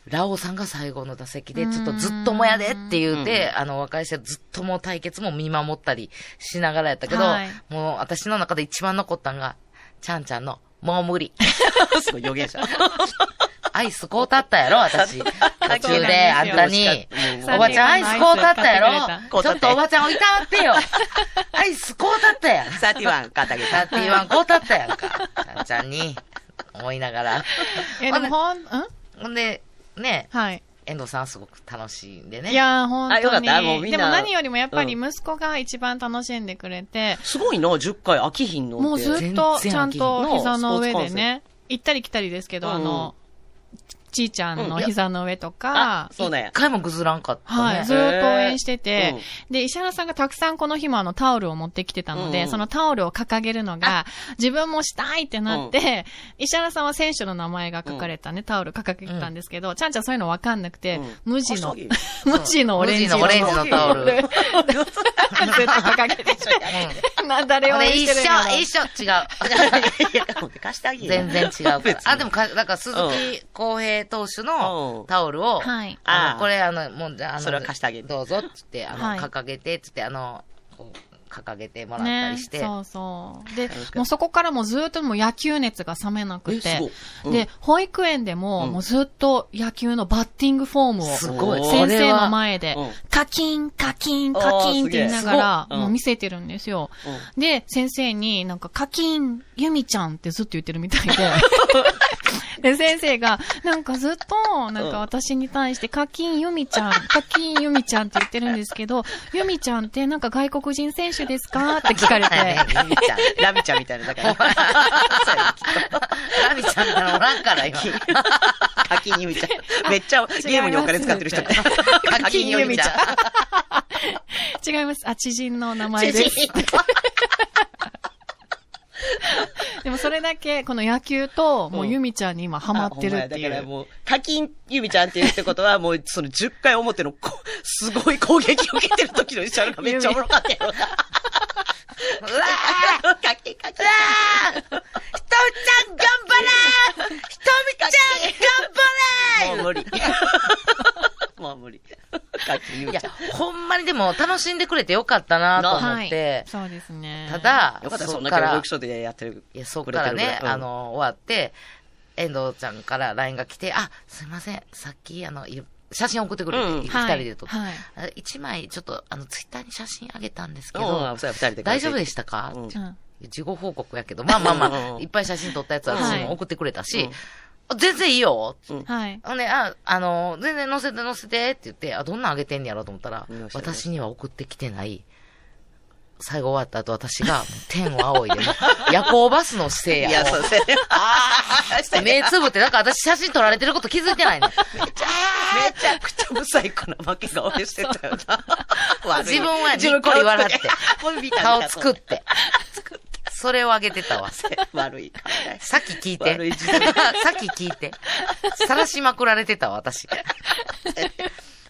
S4: ラオウさんが最後の打席で、ちょっとずっともやでって言うて、あの、若い人はずっともう対決も見守ったりしながらやったけど、
S5: はい
S4: もう私の中で一番残ったのが、ちゃんちゃんの、もう無理。
S3: すごい予言者。
S4: アイスこうたったやろ、 私。途中で、あんたに
S3: うん、
S4: おばちゃんアイスこうたったや
S3: こ
S4: ろ。
S3: うた
S4: ちょ
S3: っ
S4: ってとおばちゃんをいたわって よ。アイスこうたったやん。
S3: サティワン、肩毛。
S4: だって言わんこうたったやんか。あんちゃんに、思いながら。
S5: いや、でもほん、ん
S4: ほんで、ね、
S5: はい。
S4: 遠藤さんはすごく楽しいんでね。
S5: いやー、本
S3: あよか
S5: 当
S3: っ
S5: に。
S3: たもうみん
S5: で
S3: な
S5: も何よりもやっぱり息子が一番楽しんでくれて、
S3: すごいな、10回飽きひんのって。
S5: もうずっとちゃんと膝の上
S3: 全
S5: で
S3: 然
S5: ね、行ったり来たりですけど、あの、ちいちゃんの膝の上と
S3: あ
S5: か、
S3: そうなんや
S4: 一。回もぐずらんかったね。
S5: はい、ずーっと応援してて、 で、石原さんがたくさんこの日もあのタオルを持ってきてたの
S3: う
S5: で、
S3: ん
S5: そのタオルを掲げるのが、自分もしたいってなって、石原さんは選手の名前が書かれたね、タオル掲げてたんですけど、ちゃんちゃんそういうのわかんなくて、
S3: うん
S5: 無地の
S3: うん、
S5: 無地のオレンジ
S4: 無地のオレンジのタオ ル
S5: ずっと掲げてて、な誰
S4: う
S5: を
S4: ん。
S5: 応援
S4: 俺
S5: し
S4: 一
S5: てるんだろう
S4: 緒、一緒、違う。
S3: いや、ほんで貸してあげ
S4: 全然違うから。あ、でもか、だから鈴
S3: うん
S4: 木康平投手
S3: うん
S4: のタオルを、
S5: はい
S4: あ
S3: あー
S4: のこれ、あの、もう、じゃあ、あの、
S3: それは貸してあげる
S4: どうぞってって、あの、
S5: はい
S4: 掲げて、つって、あの、こう、掲げてもらった
S5: ね
S4: りして。、
S5: そうそう。で
S3: 楽しかっ、た
S5: もうそこからもうずっともう野球熱が冷めなく
S3: えす
S5: て
S3: ごい、うん
S5: で、保育園でも
S3: うん
S5: もうずっと野球のバッティングフォームを、
S4: すごい。
S3: おー
S5: 先生の
S4: 前。
S5: 前で
S3: うん、
S5: カキン、カキン、カキンって言
S3: おーす
S5: いなが
S3: げえすご
S5: ら、
S3: いうん
S5: もう見せてるんですよ。
S3: う
S5: で、先生になんか、カキン、ユミちゃんってずっと言ってるみたい で。で、先生が、なんかずっと、なん
S3: うん
S5: か私に対して、カキン、ユミちゃん、カキン、ユミちゃんって言ってるんですけど、ユミちゃんってなんか外国人選手ですかって聞かれて。
S4: ラミちゃん。
S3: ラミちゃんみたいな、だから。
S4: ラミちゃんみたいなのおらんから、 今。
S3: 課金ゆみちゃん。めっちゃゲームにお金使ってる人みたいな。課
S4: 課
S3: 金
S4: 金
S3: ゆ
S4: ゆ
S3: み
S4: み
S3: ち
S4: ち
S3: ゃ
S4: ゃ
S3: ん
S4: ん。
S5: 違います。あ、知人の名前です。でもそれだけ、この野球と、もうユミちゃんに今ハマってるってい
S3: あほんまやだから
S5: う。
S3: もう、課金ゆみちゃんって言ってことは、もうその10回表のこ すごい攻撃を受けてる時の医者がめ っちゃおもろかったやろな。
S4: うわ
S3: あー課金課金。
S4: ひとみちゃん頑張れーひとみちゃ
S3: もう
S4: ん頑張れー
S3: 無理。もう無理。 課金ゆ
S4: い
S3: み
S4: や
S3: ちゃん。、
S4: ほんまにでも楽しんでくれてよかったなと思っ
S5: はい
S4: て。、
S5: そうですね。
S4: た、だ、
S3: よかった、
S4: そ
S3: そ
S4: っ
S3: んな
S4: か
S3: 協
S4: ら
S3: 力、書でやってる。
S4: いや、そっからね、
S3: うん
S4: あ、の、終わって、遠藤ちゃんから LINE が来て、あ、すいません、さっき、あの、い写真送ってくれて、
S3: うん
S4: 二
S5: はい、
S4: 人で撮って。
S5: はい。
S4: あ一枚、ちょっと、あの、ツイッターに写真あげたんですけ
S3: うん、
S4: ど、
S3: そうや二人で。。
S4: 大丈夫でしたたか、
S3: うん
S5: うん
S4: 事後報告やけど、まあまあま
S3: う
S4: あ、
S3: ん
S4: いっぱい写真撮ったやつは
S5: はい
S4: 私も送ってくれたし、あ全然いいよ
S5: はい。
S4: ほんで、あ、あの、全然載せて載せてって言って、あ、どんなんあげてんねやろうと思ったら
S3: 見ま、したよ
S4: 私には送ってきてない。最後終わった後、私が、天を仰いで、もう夜行バスの姿勢
S3: い
S4: や。
S3: や、そう ですね。あ
S4: 目つぶって、だから私写真撮られてること気づいてないね。
S3: めちゃくちゃブサイクな負け顔してたよな。悪い
S4: 自分はにっこり笑って。顔作っ。
S3: 自分
S4: て。それをあげてたわ。
S3: 顔作って悪い顔だ
S4: さっき聞いて
S3: 悪い。自
S4: さ
S3: 分
S4: っき聞いて。さらしまくられてたわ、 私。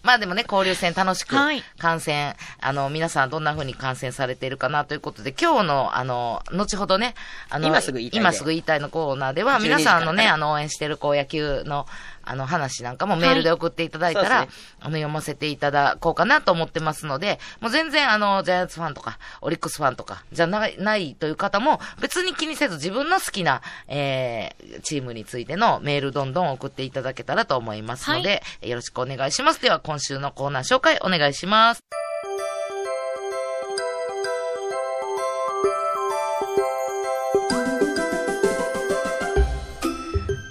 S4: まあでもね、交流戦楽しく
S5: はい、
S4: 感染、あの、皆さんどんな風に感染されているかなということで、今日の、あの、後ほどね、あの、
S3: 今すぐ言いたいで
S4: 今すぐ言いたいのコーナーでは、
S3: 12
S4: 皆さんの
S3: 時
S4: ね、
S3: から
S4: あの、応援してる、こう、野球の、あの、話なんかもメールで送っていただいたら、
S3: はいそうで
S4: あの、読ませていただこうかなと思ってますので、もう全然あの、ジャイアンツファンとか、オリックスファンとか、じゃない、ないという方も、別に気にせず自分の好きな、えー、チームについてのメールどんどん送っていただけたらと思いますので、よろしくお願いします。では、今週のコーナー紹介お願いします。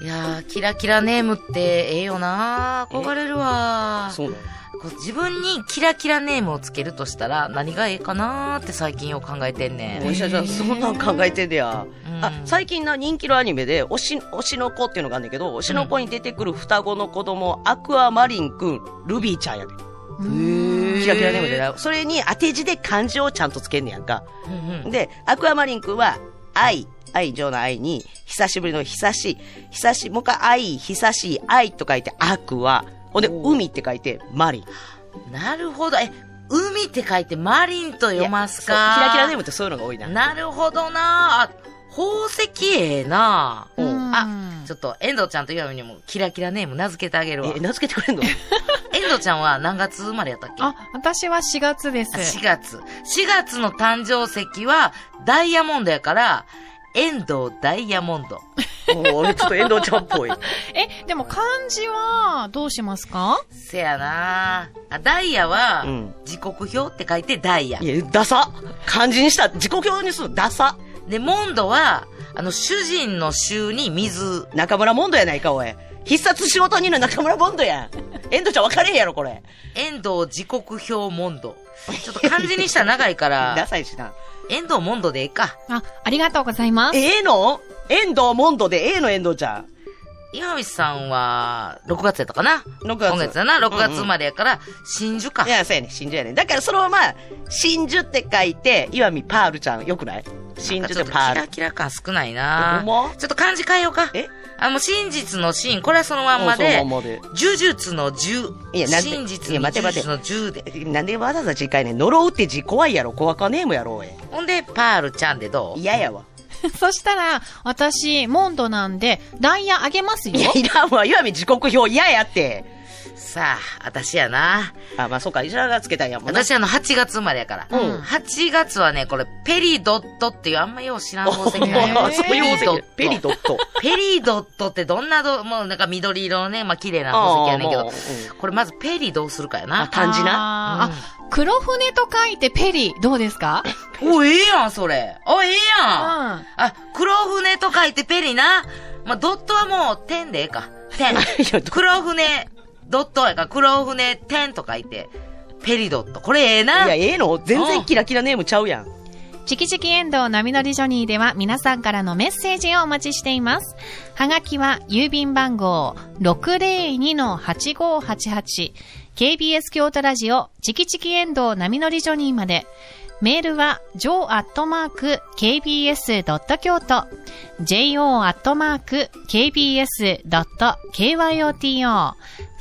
S4: いやー、キラキラネームってええよなー憧れるわー。
S3: そうなの
S4: こう自分にキラキラネームをつけるとしたら何がええかなーって最近を考えてんねん。
S3: お医者さん、そんなん考えてんねや。
S4: うん
S3: あ、最近な人気のアニメで、推し、推しの子っていうのがあるんだけど、推しの子に出てくる双子の子供、アクアマリンくん、ルビーちゃんやで。キラキラネームでな。それに当て字で漢字をちゃんとつけんねやんか。
S4: うんうん
S3: で、アクアマリンくんは、愛、愛情の愛に、久しぶりの久しい、久しい、もう一回愛、久しい、愛と書いて、アクア。ほんで、海って書いて、マリン。
S4: なるほど。え、海って書いてマリンと読ます
S3: いや
S4: か
S3: そうキラキラネー
S4: ム
S3: ムってそういうのが多いな。
S4: なるほどなーあ、宝石ええなー
S3: うん
S4: あ、ちょっと、遠藤ちゃんと岩見にもキラキラネーム名付けてあげるわ
S3: え、。名付けてくれんの
S4: 遠藤ちゃんは何月生まれやったっけあ
S5: あ、私は4月です。
S4: 4月。4月の誕生石はダイヤモンドやから、遠藤ダイヤモンド。
S3: もう俺ちょっと遠藤ちゃんっぽい。
S5: え、でも漢字はどうしますか
S4: せやなあダイヤは
S3: うん、
S4: 時刻表って書いてダイヤ。
S3: いや、ダサ漢字にした、自己表にするのダサ
S4: で、モンドは、あの、主人の衆に水。
S3: 中村モンドやないか、おい。必殺仕事人の中村モンドやん。遠藤ちゃん分かれへんやろ、これ。
S4: 遠藤時刻表モンド。ちょっと漢字にしたら長いか
S3: ダ
S4: ら、
S3: サいし な。
S4: 遠藤モンドでええか。
S5: あ、ありがとうございます。
S3: ええの遠藤モンドでええの遠藤ちゃん。
S4: 岩見さんは、6月やったかな
S3: 6月
S4: 今月やな、6
S3: うん
S4: 月
S3: うん
S4: 生まれやから、真珠か
S3: い。や、そうやね。真珠やね。だからそのまま、真珠って書いて、岩見パールちゃん。よくない真
S4: ちょ
S3: 珠
S4: っ
S3: で
S4: と
S3: パ
S4: キ
S3: ー
S4: ラ
S3: ル。
S4: キラ感少ないな
S3: ほんま
S4: ちょっと漢字変えようか。
S3: え
S4: あの、真実の真、これはそのまんま
S3: うんそ
S4: で
S3: の、まんまで
S4: 呪術の10
S3: い、やなんで
S4: 真実
S3: い
S4: に
S3: や待て待
S4: 呪
S3: て
S4: 術の10で。
S3: えなんでわざわざ次回ねん、呪うって字怖いやろ。怖かねえもやろ、おい。
S4: ほんで、パールちゃんでどう
S3: 嫌やわ。
S5: そしたら、私、モンドなんで、ダイヤあげますよ
S3: い。や、いらんわ。岩見時刻表嫌やって。
S4: さあ、私やな。
S3: あ、まあそうか。石原がつけたんやもんな。
S4: 私あの、8月生まれやか
S3: う
S4: ら。
S3: ん
S4: 8月はね、これ、ペリドットっていう、あんまよう知らん宝石な んや
S5: おーそういう
S3: 宝石ペリドット
S4: ペリドットってどんなど、もうなんか緑色のね、まあ綺麗な宝石やねんけ
S3: あーも
S4: ど
S3: うう、
S4: これまずペリどうするかやな。
S3: 漢字
S5: なあ、黒船と書いてペリ、どうですか
S4: お、ええやん、それ。お、ええや。
S5: うん
S4: あ、黒船と書いてペリな。まあ、ドットはもう、点でええか。 点
S3: いや。ど
S4: 黒船、ドットやから、黒船、点と書いて、ペリドット。これええな。
S3: いや、ええの全
S4: う
S3: 然
S4: ん
S3: キラキラネームちゃうやん。
S5: チキチキエンドウ波乗りジョニーでは皆さんからのメッセージをお待ちしています。はがきは郵便番号602-8588 KBS 京都ラジオ、チキチキエンドウ波乗りジョニーまで。メールは、jo.kbs.kyoto、jo.kbs.kyoto。フ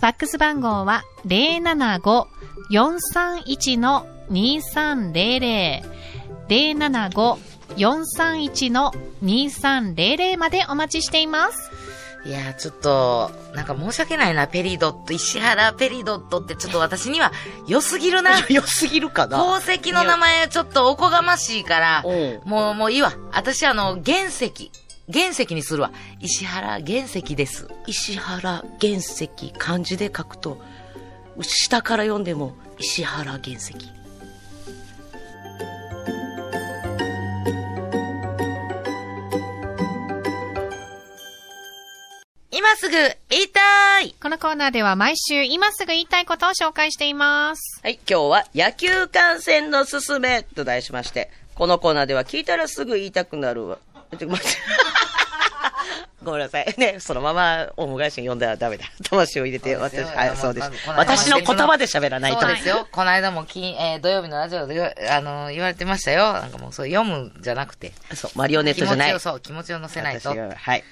S5: ァックス番号は、075-431-2300。075-431-2300までお待ちしています。
S4: いやー、ちょっと、なんか申し訳ないな、ペリドット、石原ペリドットってちょっと私には良すぎるな。
S3: 良すぎるかな。
S4: 宝石の名前ちょっとおこがましいから
S3: うん、
S4: もう、もういいわ。私あの、原石。原石にするわ。石原原石です。
S3: 石原原石、漢字で書くと、下から読んでも、石原原石。
S4: 今すぐ、言いたい
S5: このコーナーでは毎週今すぐ言いたいことを紹介しています。
S3: はい、今日は野球観戦のすすめと題しまして、このコーナーでは聞いたらすぐ言いたくなるわ。ちょ待 ってごめんなさい。ね、そのままオウム返しに読んだらダメだ。魂を入れて、
S4: そうで
S3: 私、
S4: すよ
S3: はい、そうです
S4: まず。まず
S3: 私の言葉で喋らないと。
S4: そうですよ。この間も金、えー土曜日のラジオでよ、あのー言われてましたよ。なんかもう、そう読むんじゃなくて。
S3: そう、マリオネッ
S4: 気
S3: トじゃ
S4: 持
S3: な
S4: ち
S3: い
S4: を、。そう、気持ちを乗せないと。
S3: 私
S4: う
S3: がはい。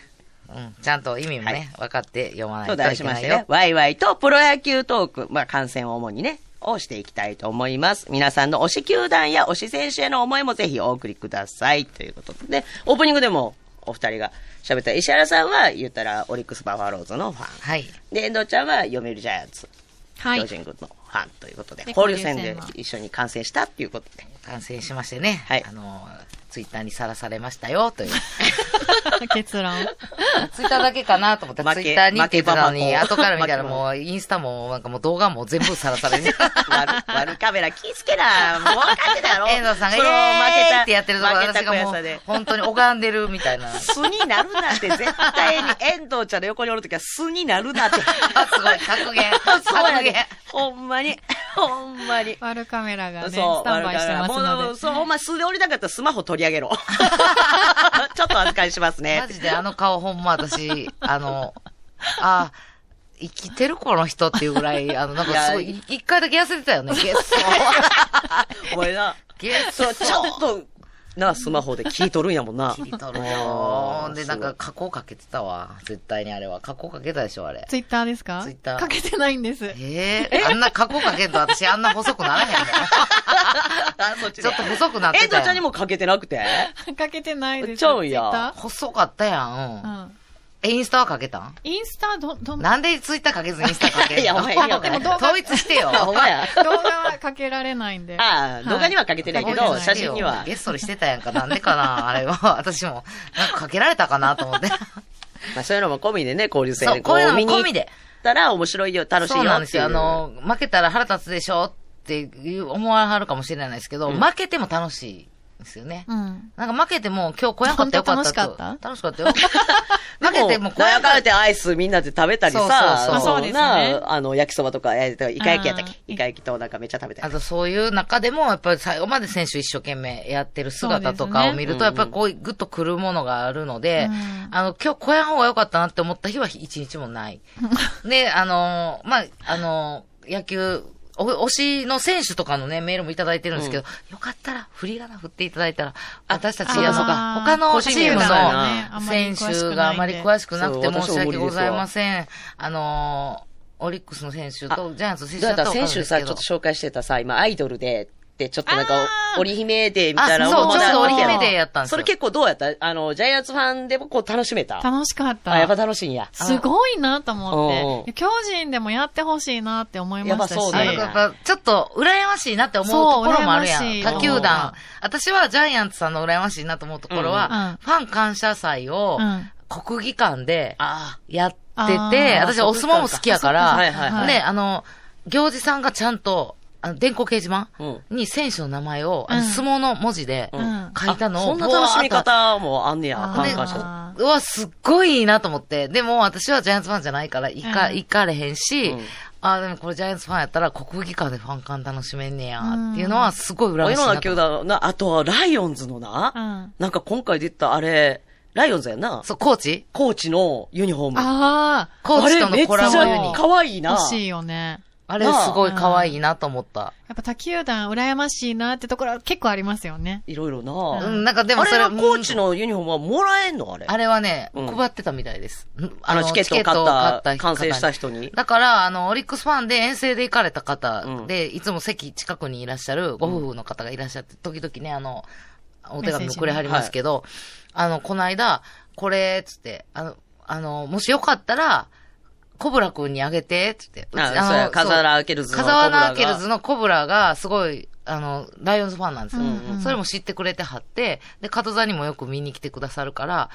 S4: ん。ちゃんと意味もね、分かって読まないと
S3: と
S4: いけな
S3: 題
S4: いよ。
S3: しましてね、ワイワイとプロ野球トーク、まあ観戦を主にね、をしていきたいと思います。皆さんの推し球団や推し選手への思いもぜひお送りください。ということで、オープニングでもお二人が喋った石原さんは言ったらオリックスバファローズのファン。
S4: はい。
S3: で、遠藤ちゃんは読売ジャイアンツ、
S5: は
S3: 巨
S5: い。
S3: 人軍のファンということで、
S5: で
S3: 交流戦
S5: 交流
S3: で
S5: 戦は
S3: 一緒に観戦したっていうことで。
S4: 感染しましてね。
S3: はい
S4: あのーツイッターにさらされましたよ、という。
S5: 結論。
S4: ツイッターだけかなと思ったら、
S3: 負
S4: ツ
S3: け
S4: イッターにって言ってたの
S3: 負
S4: に、
S3: けパパ
S4: 後
S3: 子
S4: から見たら
S3: 負け
S4: もう、インスタも、なんかもう動画も全部さらされ て。
S3: 悪悪カメラ気ぃつけな。もう分かってたやろ。
S4: 遠藤さんが、
S3: その
S4: イエーイってやってるとこ、
S3: 負けた
S4: 私が
S3: 悔し
S4: も
S3: さ
S4: う
S3: で、。
S4: 本当に拝んでるみたいな。
S3: 素になるなって、絶対に遠藤ちゃんの横におるときは素になるなって。
S4: あすご い、格言。
S3: そうや
S4: 格言。
S3: ね。ほんまに。ほんまに。
S5: ワルカメラがね、ス
S3: そう、
S5: タンバイしてます
S3: も
S5: の
S3: う、
S5: で。
S3: そう、ほんま素でおりたかったらスマホ取り上 げろ。ちょっと扱いします ね
S4: マ。ジであの顔ほんま私、あの、あ、生きてるこの人っていうぐらい、あの、なんかすご
S3: い
S4: い、一回だけ痩せてたよね。ゲッソ
S3: お前な、
S4: ゲッソ
S3: そう、ちょっと、な、スマホで聞いとるんやも んな。
S4: 切り取る
S3: あ
S4: よ
S3: ー。
S4: で、なんか加工かけてたわ。絶対にあれは。加工かけたでしょ、あれ。
S5: ツイッターですか
S4: ツイッター
S5: かけてない んです。
S4: ええあんな加工かけんと私あんな細くならへんもん。ちょっと細くなって
S3: 遠藤
S4: た
S3: ちゃん
S4: や
S3: に
S4: ん。
S3: もかけてなくて
S5: かけてないです。
S3: ちゃうんや
S5: ツイッ
S4: 細かったやん。う
S5: タ
S4: ん、
S5: ーうん。
S4: え、インスタはかけたん
S5: インスタど、ど、動画
S4: なんでツイッターかけずにインスタかけるの
S3: いやお前いいよ
S5: でも動画
S4: 統一して よ。
S3: ほんまや。
S5: はかけられないんで。
S3: ああ、動画にはかけてないけど、
S5: はい
S3: 写真には
S4: ゲ。ストにしてたやんか。なんでかなあれは。私も、なんかかけられたかなと思って。
S3: まあそういうのも込みでね、交流戦
S4: そう、
S3: で。
S4: こういうのも込
S3: 見
S4: み
S3: に行っ
S4: で。
S3: たら面白いよ、楽しいよ
S4: そうなんですよ。
S3: っ
S4: あ
S3: ていう
S4: の、負けたら腹立つでしょっていう思わはるかもしれないですけど、負けても楽しいですよね。
S5: うん。
S4: なんか負けても今日来やんかったらよかったと。
S5: 本当楽
S4: 楽しかったよ。 負けても
S3: こうやかれてアイスみんなで食べたりさ、
S4: そうそうそう
S5: まあそうですね
S3: なあの、焼きそばとか、えー、イカ焼きやったっけ
S5: うん
S3: イカ焼きとなんかめっちゃ食べた
S4: あ
S3: り。
S4: とそういう中でも、やっぱり最後まで選手一生懸命やってる姿とかを見ると、
S3: そ
S4: や
S3: う
S4: っ
S3: ですね
S4: ぱりこうグッとくるものがあるので、
S5: うん
S4: あの、今日小屋方が良かったなって思った日は一日 もない。で、あのーまあ、あのー野球、お推しの選手とかのね、メールもいただいてるんですけど、よかったら、フリーガナ振っていただいたら、私たち、
S5: あ
S4: いや、そうか、他の
S5: 個
S4: チ
S5: 人
S4: ーム
S5: 名だよね
S4: の
S5: あんまり
S4: 選
S5: 詳しくないんで
S4: 手があまり詳しくなくて
S3: そう
S4: 申し訳ございま
S3: 私
S4: せん。あのーオリックスの選手とジャイアンツの選手
S3: だ
S4: だ
S3: か
S4: と
S3: ら
S4: 分かるん
S3: 選
S4: ですけ
S3: 手さ、
S4: ど。
S3: ちょっと紹介してたさ、今アイドルで、ってちょっとなんか
S5: あ、ー
S3: 織姫で、み
S4: あ、
S3: たいな
S4: そう、
S5: ま
S4: ちょ
S5: だ
S4: うど
S5: 織
S4: 折り目
S5: 姫
S4: でやったんです
S3: そ
S4: よ。
S3: れ結構どうやったあの、ジャイアンツファンでもこう楽しめた。
S5: 楽しかった。
S3: あ、やっぱ楽しいんや。
S5: すごいなと
S3: うんうん
S5: 思って、巨人でもやってほしいなって思いました
S3: やっぱそう
S5: し。
S3: だ
S4: あ
S3: よ
S4: の
S3: ね
S4: やっぱちょっと、羨ましいなって思うところもあるや
S5: そう羨まし
S4: ん。
S5: い
S4: 他球
S3: ところ
S4: 団
S5: は。
S4: 私はジャイアンツさんの羨ましいなと思うところ
S5: うんうん
S4: は、ファン感謝祭を
S5: うん
S4: 国技館で
S3: あ
S4: やって
S5: あ
S4: て、
S5: ー
S4: 私お相撲も好きやか
S3: あはいはい
S4: ら、
S3: はい
S4: ね、あの、行司さんがちゃんと、あの電光掲示板
S3: うん
S4: に選手の名前を、あの
S5: うん
S4: 相撲の文字で
S5: うん
S4: 書いたの
S3: そ
S4: を、
S3: んな楽しみ
S4: ぼわーっと
S3: 方もあんねや。
S5: あ
S3: フ
S5: ー
S3: ァン感謝
S5: あ
S4: うわ、すっごいいいなと思って。でも、私はジャイアンツファンじゃないから、行か、
S5: うん
S4: 行かれへんし、
S3: うん
S4: あ、でもこれジャイアンツファンやったら、国技館でファン感楽しめんねや、
S5: うん
S4: っていうのは、すごい羨まし
S3: 世
S4: い
S3: の中
S4: なと
S3: 球団な、あとはライオンズのな、
S5: うん
S3: なんか今回出たあれ、ライオンズやな。
S4: そう、コーチ
S3: コーチのユニフォーム。
S5: あ
S4: コーチと
S3: あれめ
S4: の
S3: っち
S4: コラボユニ。
S3: ゃ可愛いな。
S5: あ、惜しいよね。
S4: あれすごい可愛いなと思った。
S5: やっぱ他球団羨ましいなってところは結構ありますよね。
S3: いろいろな
S4: うん、なんかでも
S3: あ
S4: それ
S3: れはコーチのユニフォームはもらえんのあれ。
S4: あれはね、
S3: うん
S4: 配ってたみたいです。
S3: あの、チケットを買った、
S4: 人
S3: 完成した人に。
S4: だから、あの、オリックスファンで遠征で行かれた
S3: う
S4: 方
S3: ん
S4: で、いつも席近くにいらっしゃるご夫婦の方がいらっしゃって、時々ね、あの、お手紙もくれはりますけど、あの、この間、これ、つって、あの、あの、もしよかったら、コブラ君にあげて、つって。
S3: あ
S4: ちの
S3: そうやカザワラ
S4: そう
S3: アーケルズの
S4: カザワラ
S3: コブラが
S4: アーケルズのコブラが、すごい、あの、ライオンズファンなんですよ。
S5: うんうん
S4: それも知ってくれてはって、で、加藤座にもよく見に来てくださるから、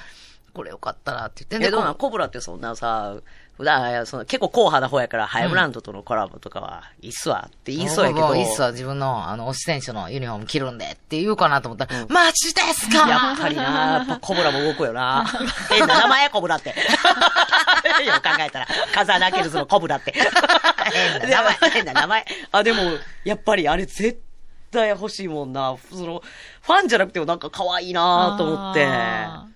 S4: これよかったらって言って。
S3: え、
S4: で
S3: どうなんコブラってそんなさ、普段、その結構硬派な方やから、ハイブランドとのコラボとかは、いいっすわって言いそうやけ
S4: も
S3: ど。
S4: もいっそ自分の、あの、推し選手のユニフォーム着るんでって言うかなと思ったら、マジですか
S3: やっぱりな、やっぱコブラも動くよな。変な名前や、コブラって。よく考えたら、カザーナーケルズのコブラって。
S4: 変な名前
S3: 変な名前。あ、でも、やっぱりあれ絶対欲しいもんな。その、ファンじゃなくてもなんか可愛いなと思って。
S5: あー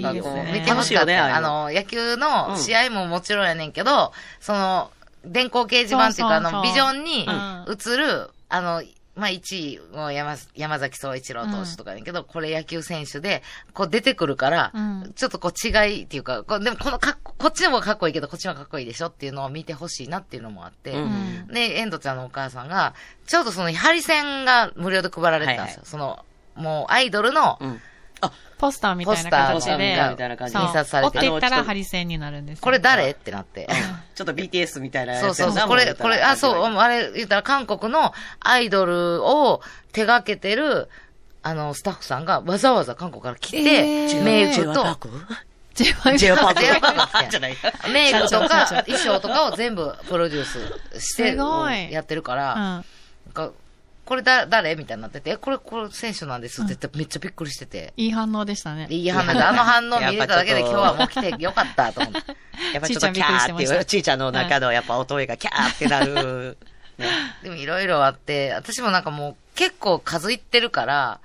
S4: なんかこう
S5: いいですね
S4: 見てほしかっ
S3: 楽し
S4: た、
S3: いよねああい
S4: あ
S3: うの
S4: の、野球の試合ももちろんやねんけど、その、電光掲示板っていうか、
S5: そうそうそう
S4: あの、ビジョンに
S5: うん
S4: 映る、あの、まあ、1位の山山崎総一郎投手とかやねんけど、これ野球選手で、こう出てくるから、
S5: うん
S4: ちょっとこう違いっていうか、こうでもこのかっこ、こっちの方がかっこいいけど、こっちの方がかっこいいでしょっていうのを見てほしいなっていうのもあって、
S3: う
S5: うんん
S4: で、エンドちゃんのお母さんが、ちょうどそのハリセンが無料で配られてたんですよ。
S3: はいは
S4: その、もうアイドルの、
S3: うん。
S5: ポスターみたいな形で、
S3: ポスターみたいな感じ
S5: そう
S4: 印刷されて
S5: 追っていっ
S3: あ
S5: た
S3: のちょっ
S5: ら
S3: と
S5: ハリセンになるんですよ
S4: これ誰ってなって。
S3: ちょっと BTS みたいなやつ
S4: そうそう
S3: や
S4: そう。
S3: な
S4: こ
S3: も
S4: れ、
S3: う
S4: これ、あ、そう、あれ、言ったら韓国のアイドルを手掛けてる、あの、スタッフさんがわざわざ韓国から来
S5: え
S4: て、
S5: ー
S4: メイ
S3: ジ
S4: ク
S3: ェワパーク
S4: と、
S5: J-POP
S3: ジェワパー
S4: J-PARK
S3: クじゃない。
S4: メイクとか
S5: ちょちょち
S4: 衣装とかを全部プロデュースして
S5: すごい
S4: やってるか
S5: う
S4: ら、
S5: ん
S4: なんかこれだ誰みたいになってて、えこれ、これ選手なんですって言ってめっちゃびっくりしてて。
S5: いい反応でしたね。
S4: いい反応で、あの反応見れただけで
S3: や
S4: 今
S3: っぱちょっと
S4: 日はもう来てよかったと思って。
S3: やっぱちょっとキャーって
S5: ちーちゃんびっくりしてまし
S3: いう、
S5: た
S3: ちーちゃんの中のやっぱ音がキャーってなる。ね
S4: でもいろいろあって、私もなんかもう結構数いってるから、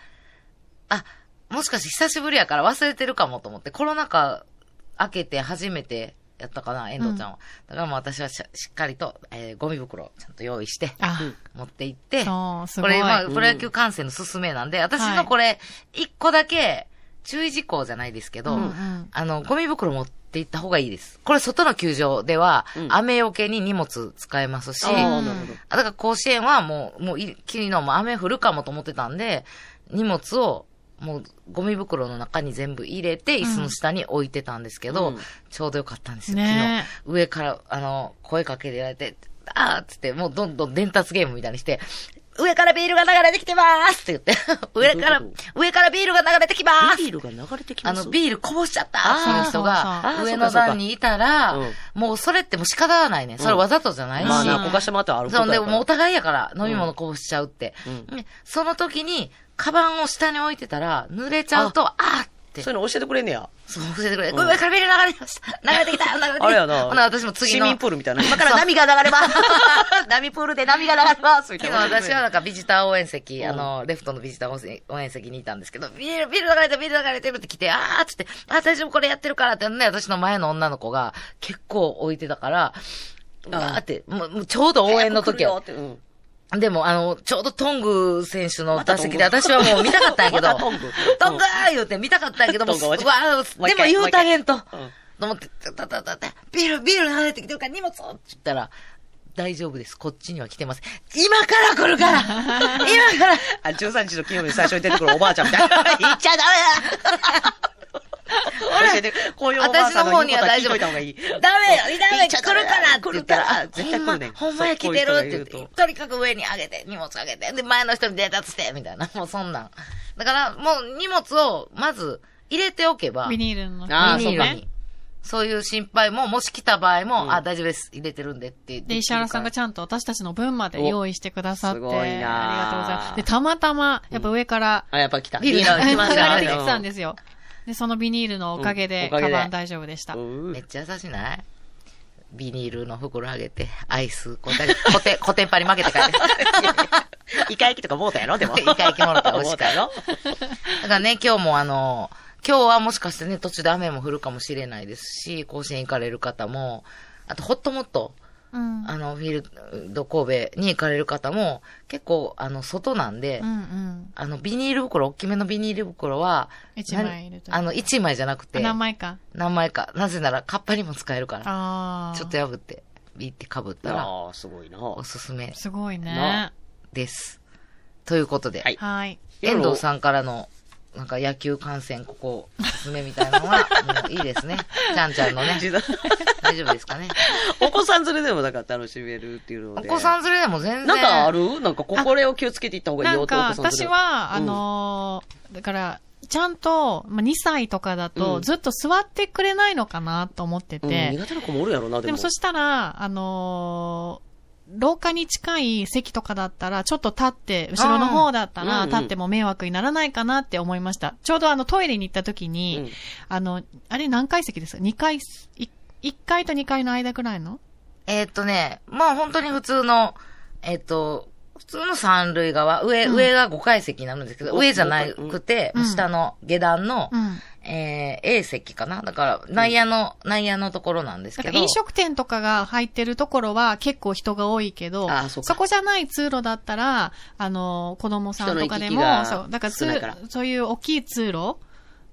S4: あ、もしかして久しぶりやから忘れてるかもと思って、コロナ禍明けて初めてやったかな、遠藤ちゃんは。だからもう私はししっかりと、えーゴミ袋ちゃんと用意して、
S5: あ、
S4: 持って行って、
S5: そう、す
S4: こ
S5: ごい。
S4: れ、まあ、プロ野球観戦の勧めなんで、私のこれ、一個だけ、注意事項じゃないですけど、
S5: うんうん
S4: あの、ゴミ袋持って行った方がいいです。これ、外の球場では、
S3: うん
S4: 雨よけに荷物使えますし、
S3: あ
S4: あ
S3: ーなるほど
S4: だから甲子園はもう、もうい、昨日も雨降るかもと思ってたんで、荷物を、もう、ゴミ袋の中に全部入れて、椅子の下に置いてたんですけど、
S3: うん
S4: ちょうどよかったんですよ、
S5: ね
S4: 昨日。上から、あの、声かけられて、あーっつって、もうどんどん伝達ゲームみたいにして、上からビールが流れてきてまーすって言って、上から
S3: どういうこ、
S4: 上からビールが流れてきまーす
S3: ビールが流れてき
S4: あ
S3: ます
S4: の、ビールこぼしちゃった
S3: あー
S4: その人
S5: そう
S3: そう
S4: が、
S3: そう
S4: 上の段にいたら
S3: そうかそうか、
S4: もうそれってもう仕方がないね。それわざとじゃないし。
S3: まあな、焦がしてもらったらあること
S4: そう、
S3: や
S4: で
S3: か
S4: も
S3: ら
S4: もうお互いやから、飲み物こぼしちゃうって。
S3: う
S4: でその時に、カバンを下に置いてたら、濡れちゃうと、あーって。
S3: そういうの教えてくれんねや。
S4: そう、教えてくれ。これ上からビール流れてました。流れてき た流れてきた。
S3: あれやな。
S4: ほな、私も次の。
S3: 市民プールみたいな。
S4: 今から波が流 れます。波プールで波が流れます。
S3: み
S4: 昨
S3: たい
S4: 日
S3: な
S4: 私はなんかビジター応援席、
S3: うん
S4: あの、レフトのビジター応援応援席にいたんですけど、ビール、ビール流れてる、ビール流れてるって来て、あーっつって、あ、大丈夫これやってるからってね、私の前の女の子が結構置いてたから、
S3: ん
S4: あーって、もうもうちょうど応援の時
S3: 早
S4: は
S3: く来るよって
S4: でも、あの、ちょうどトング選手の
S3: また
S4: 打
S3: トング
S4: 席で、私はもう見たかったんや
S3: ま
S4: け ど、
S3: たトング
S4: トングー言うて見たかったんやけど、もう、
S3: トング
S4: わ
S3: 終
S4: ー
S3: もう
S4: で
S3: 一
S4: も
S3: 回
S4: 言うたげんと、
S3: うんうん
S4: と思って、たたたたた、ビール、ビール流れてきてるから荷物をって言ったら、大丈夫です。こっちには来てます。今から来るか ら今から
S3: あ、13日の金曜日に最初に出てくるおばあちゃんみたいな。言っちゃダメだ教えて、こういうおばあ
S4: 私
S3: さ
S4: の
S3: んの
S4: 方
S3: 言
S4: に
S3: うこ
S4: は
S3: とは聞
S4: 大
S3: いとい
S4: 丈夫。
S3: た
S4: ダ
S3: 方が
S4: メ
S3: いい。
S4: よ、ダメよ、来るからって言ったら、
S3: 絶対来るねん
S4: ほんま、ほんまや来てるって言
S3: そうこうい
S4: って
S3: う人が言う、
S4: とにかく上に上げて、荷物上げて、で、前の人に伝達して、みたいな、もうそんなん。だから、もう荷物を、まず、入れておけば、
S5: ビニールの。
S3: あー
S4: ビニ
S5: ビニ
S4: ー
S5: ー
S4: ル
S5: ル
S4: に
S5: ね。
S4: そういう心配も、もし来た場合も、
S3: うん
S4: あ、大丈夫です。入れてるんでって言って。
S5: で、石原さんがちゃんと私たちの分まで用意してくださって。
S3: おすごいな
S5: ありがとうございます。で、たまたま、やっぱ上から、
S3: あ、やっぱ来た。
S4: ビール
S3: いいな
S4: 来
S3: 来
S4: ま
S3: ま
S4: し
S3: したた
S5: 流れてきたんですよ。で、そのビニールのおかげ
S3: うん
S5: で、
S3: おかげ
S5: カ
S3: で
S5: バン大丈夫でした。
S3: うん
S4: めっちゃ優しないビニールの袋あげて、アイス、こて、こて、こてんぱに負けて帰って。
S3: イカ焼きとかもうたやろでも。
S4: イカ焼きもろた美味しかった
S3: もう
S4: だからね、今日もあの、今日はもしかしてね、途中で雨も降るかもしれないですし、甲子園行かれる方も、あと、ほっともっと、
S5: うん。
S4: あの、フィールド神戸に行かれる方も、結構、あの、外なんで、
S5: うんうん。
S4: あの、ビニール袋、大きめのビニール袋は、
S5: 一枚いると。
S4: あの、1枚じゃなくて、
S5: 名前か。
S4: 何枚か。なぜなら、カッパにも使えるから、
S5: ああ。
S4: ちょっと破って、ビって被ったら、
S3: ああ、すごいな。
S4: お
S3: は
S4: すすめ
S5: すごいね
S3: な。
S4: です。ということで、
S3: はい
S5: はい。
S4: 遠藤さんからの、なんか野球観戦、ここ、おすすめみたいなのは、もういいですね。ちゃんちゃんのね、
S3: 自動
S4: 大丈夫ですかね。
S3: お子さん連れでもなんか楽しめるっていうの
S4: お
S3: で。
S4: 子さん連れでも全然。
S3: なんかあるなんかここれを気をつけていった方がいい
S5: な
S3: よ
S5: ん
S3: って
S5: か、
S3: お子さん連れ
S5: 私は、あ、のーだから、ちゃんと、まあ、2歳とかだ
S3: う
S5: と、
S3: ん
S5: ずっと座ってくれないのかなと思って
S3: う
S5: て、
S3: んうん苦手な子もおるやろな、でも。
S5: でもそしたら、あのー廊下に近い席とかだったら、ちょっと立って、後ろの方だった
S3: うんう
S5: ら、
S3: ん
S5: 立っても迷惑にならないかなって思いました。ちょうどあの、トイレに行った時に、
S3: うん
S5: あの、あれ何階席ですか ?2 階す、い1階と2階の間くらいの
S4: えーっとね、まあ本当に普通の、えーっと、普通の三塁側、上、上が5階席になるんですけど、
S3: うん
S4: 上じゃなくて、
S5: うん
S4: 下の下段の、
S5: うん。
S4: えー A 席かなだから、内野の、内野のところなんです
S5: だ
S4: け
S5: か
S4: ど。
S5: ら飲食店とかが入ってるところは結構人が多いけど、
S3: あーそうか
S5: こじゃない通路だったら、あの、子供さんとかでも
S3: 人の行、き来が
S5: そう、だから
S3: 少ない
S5: つ
S3: から
S5: そういう大きい通路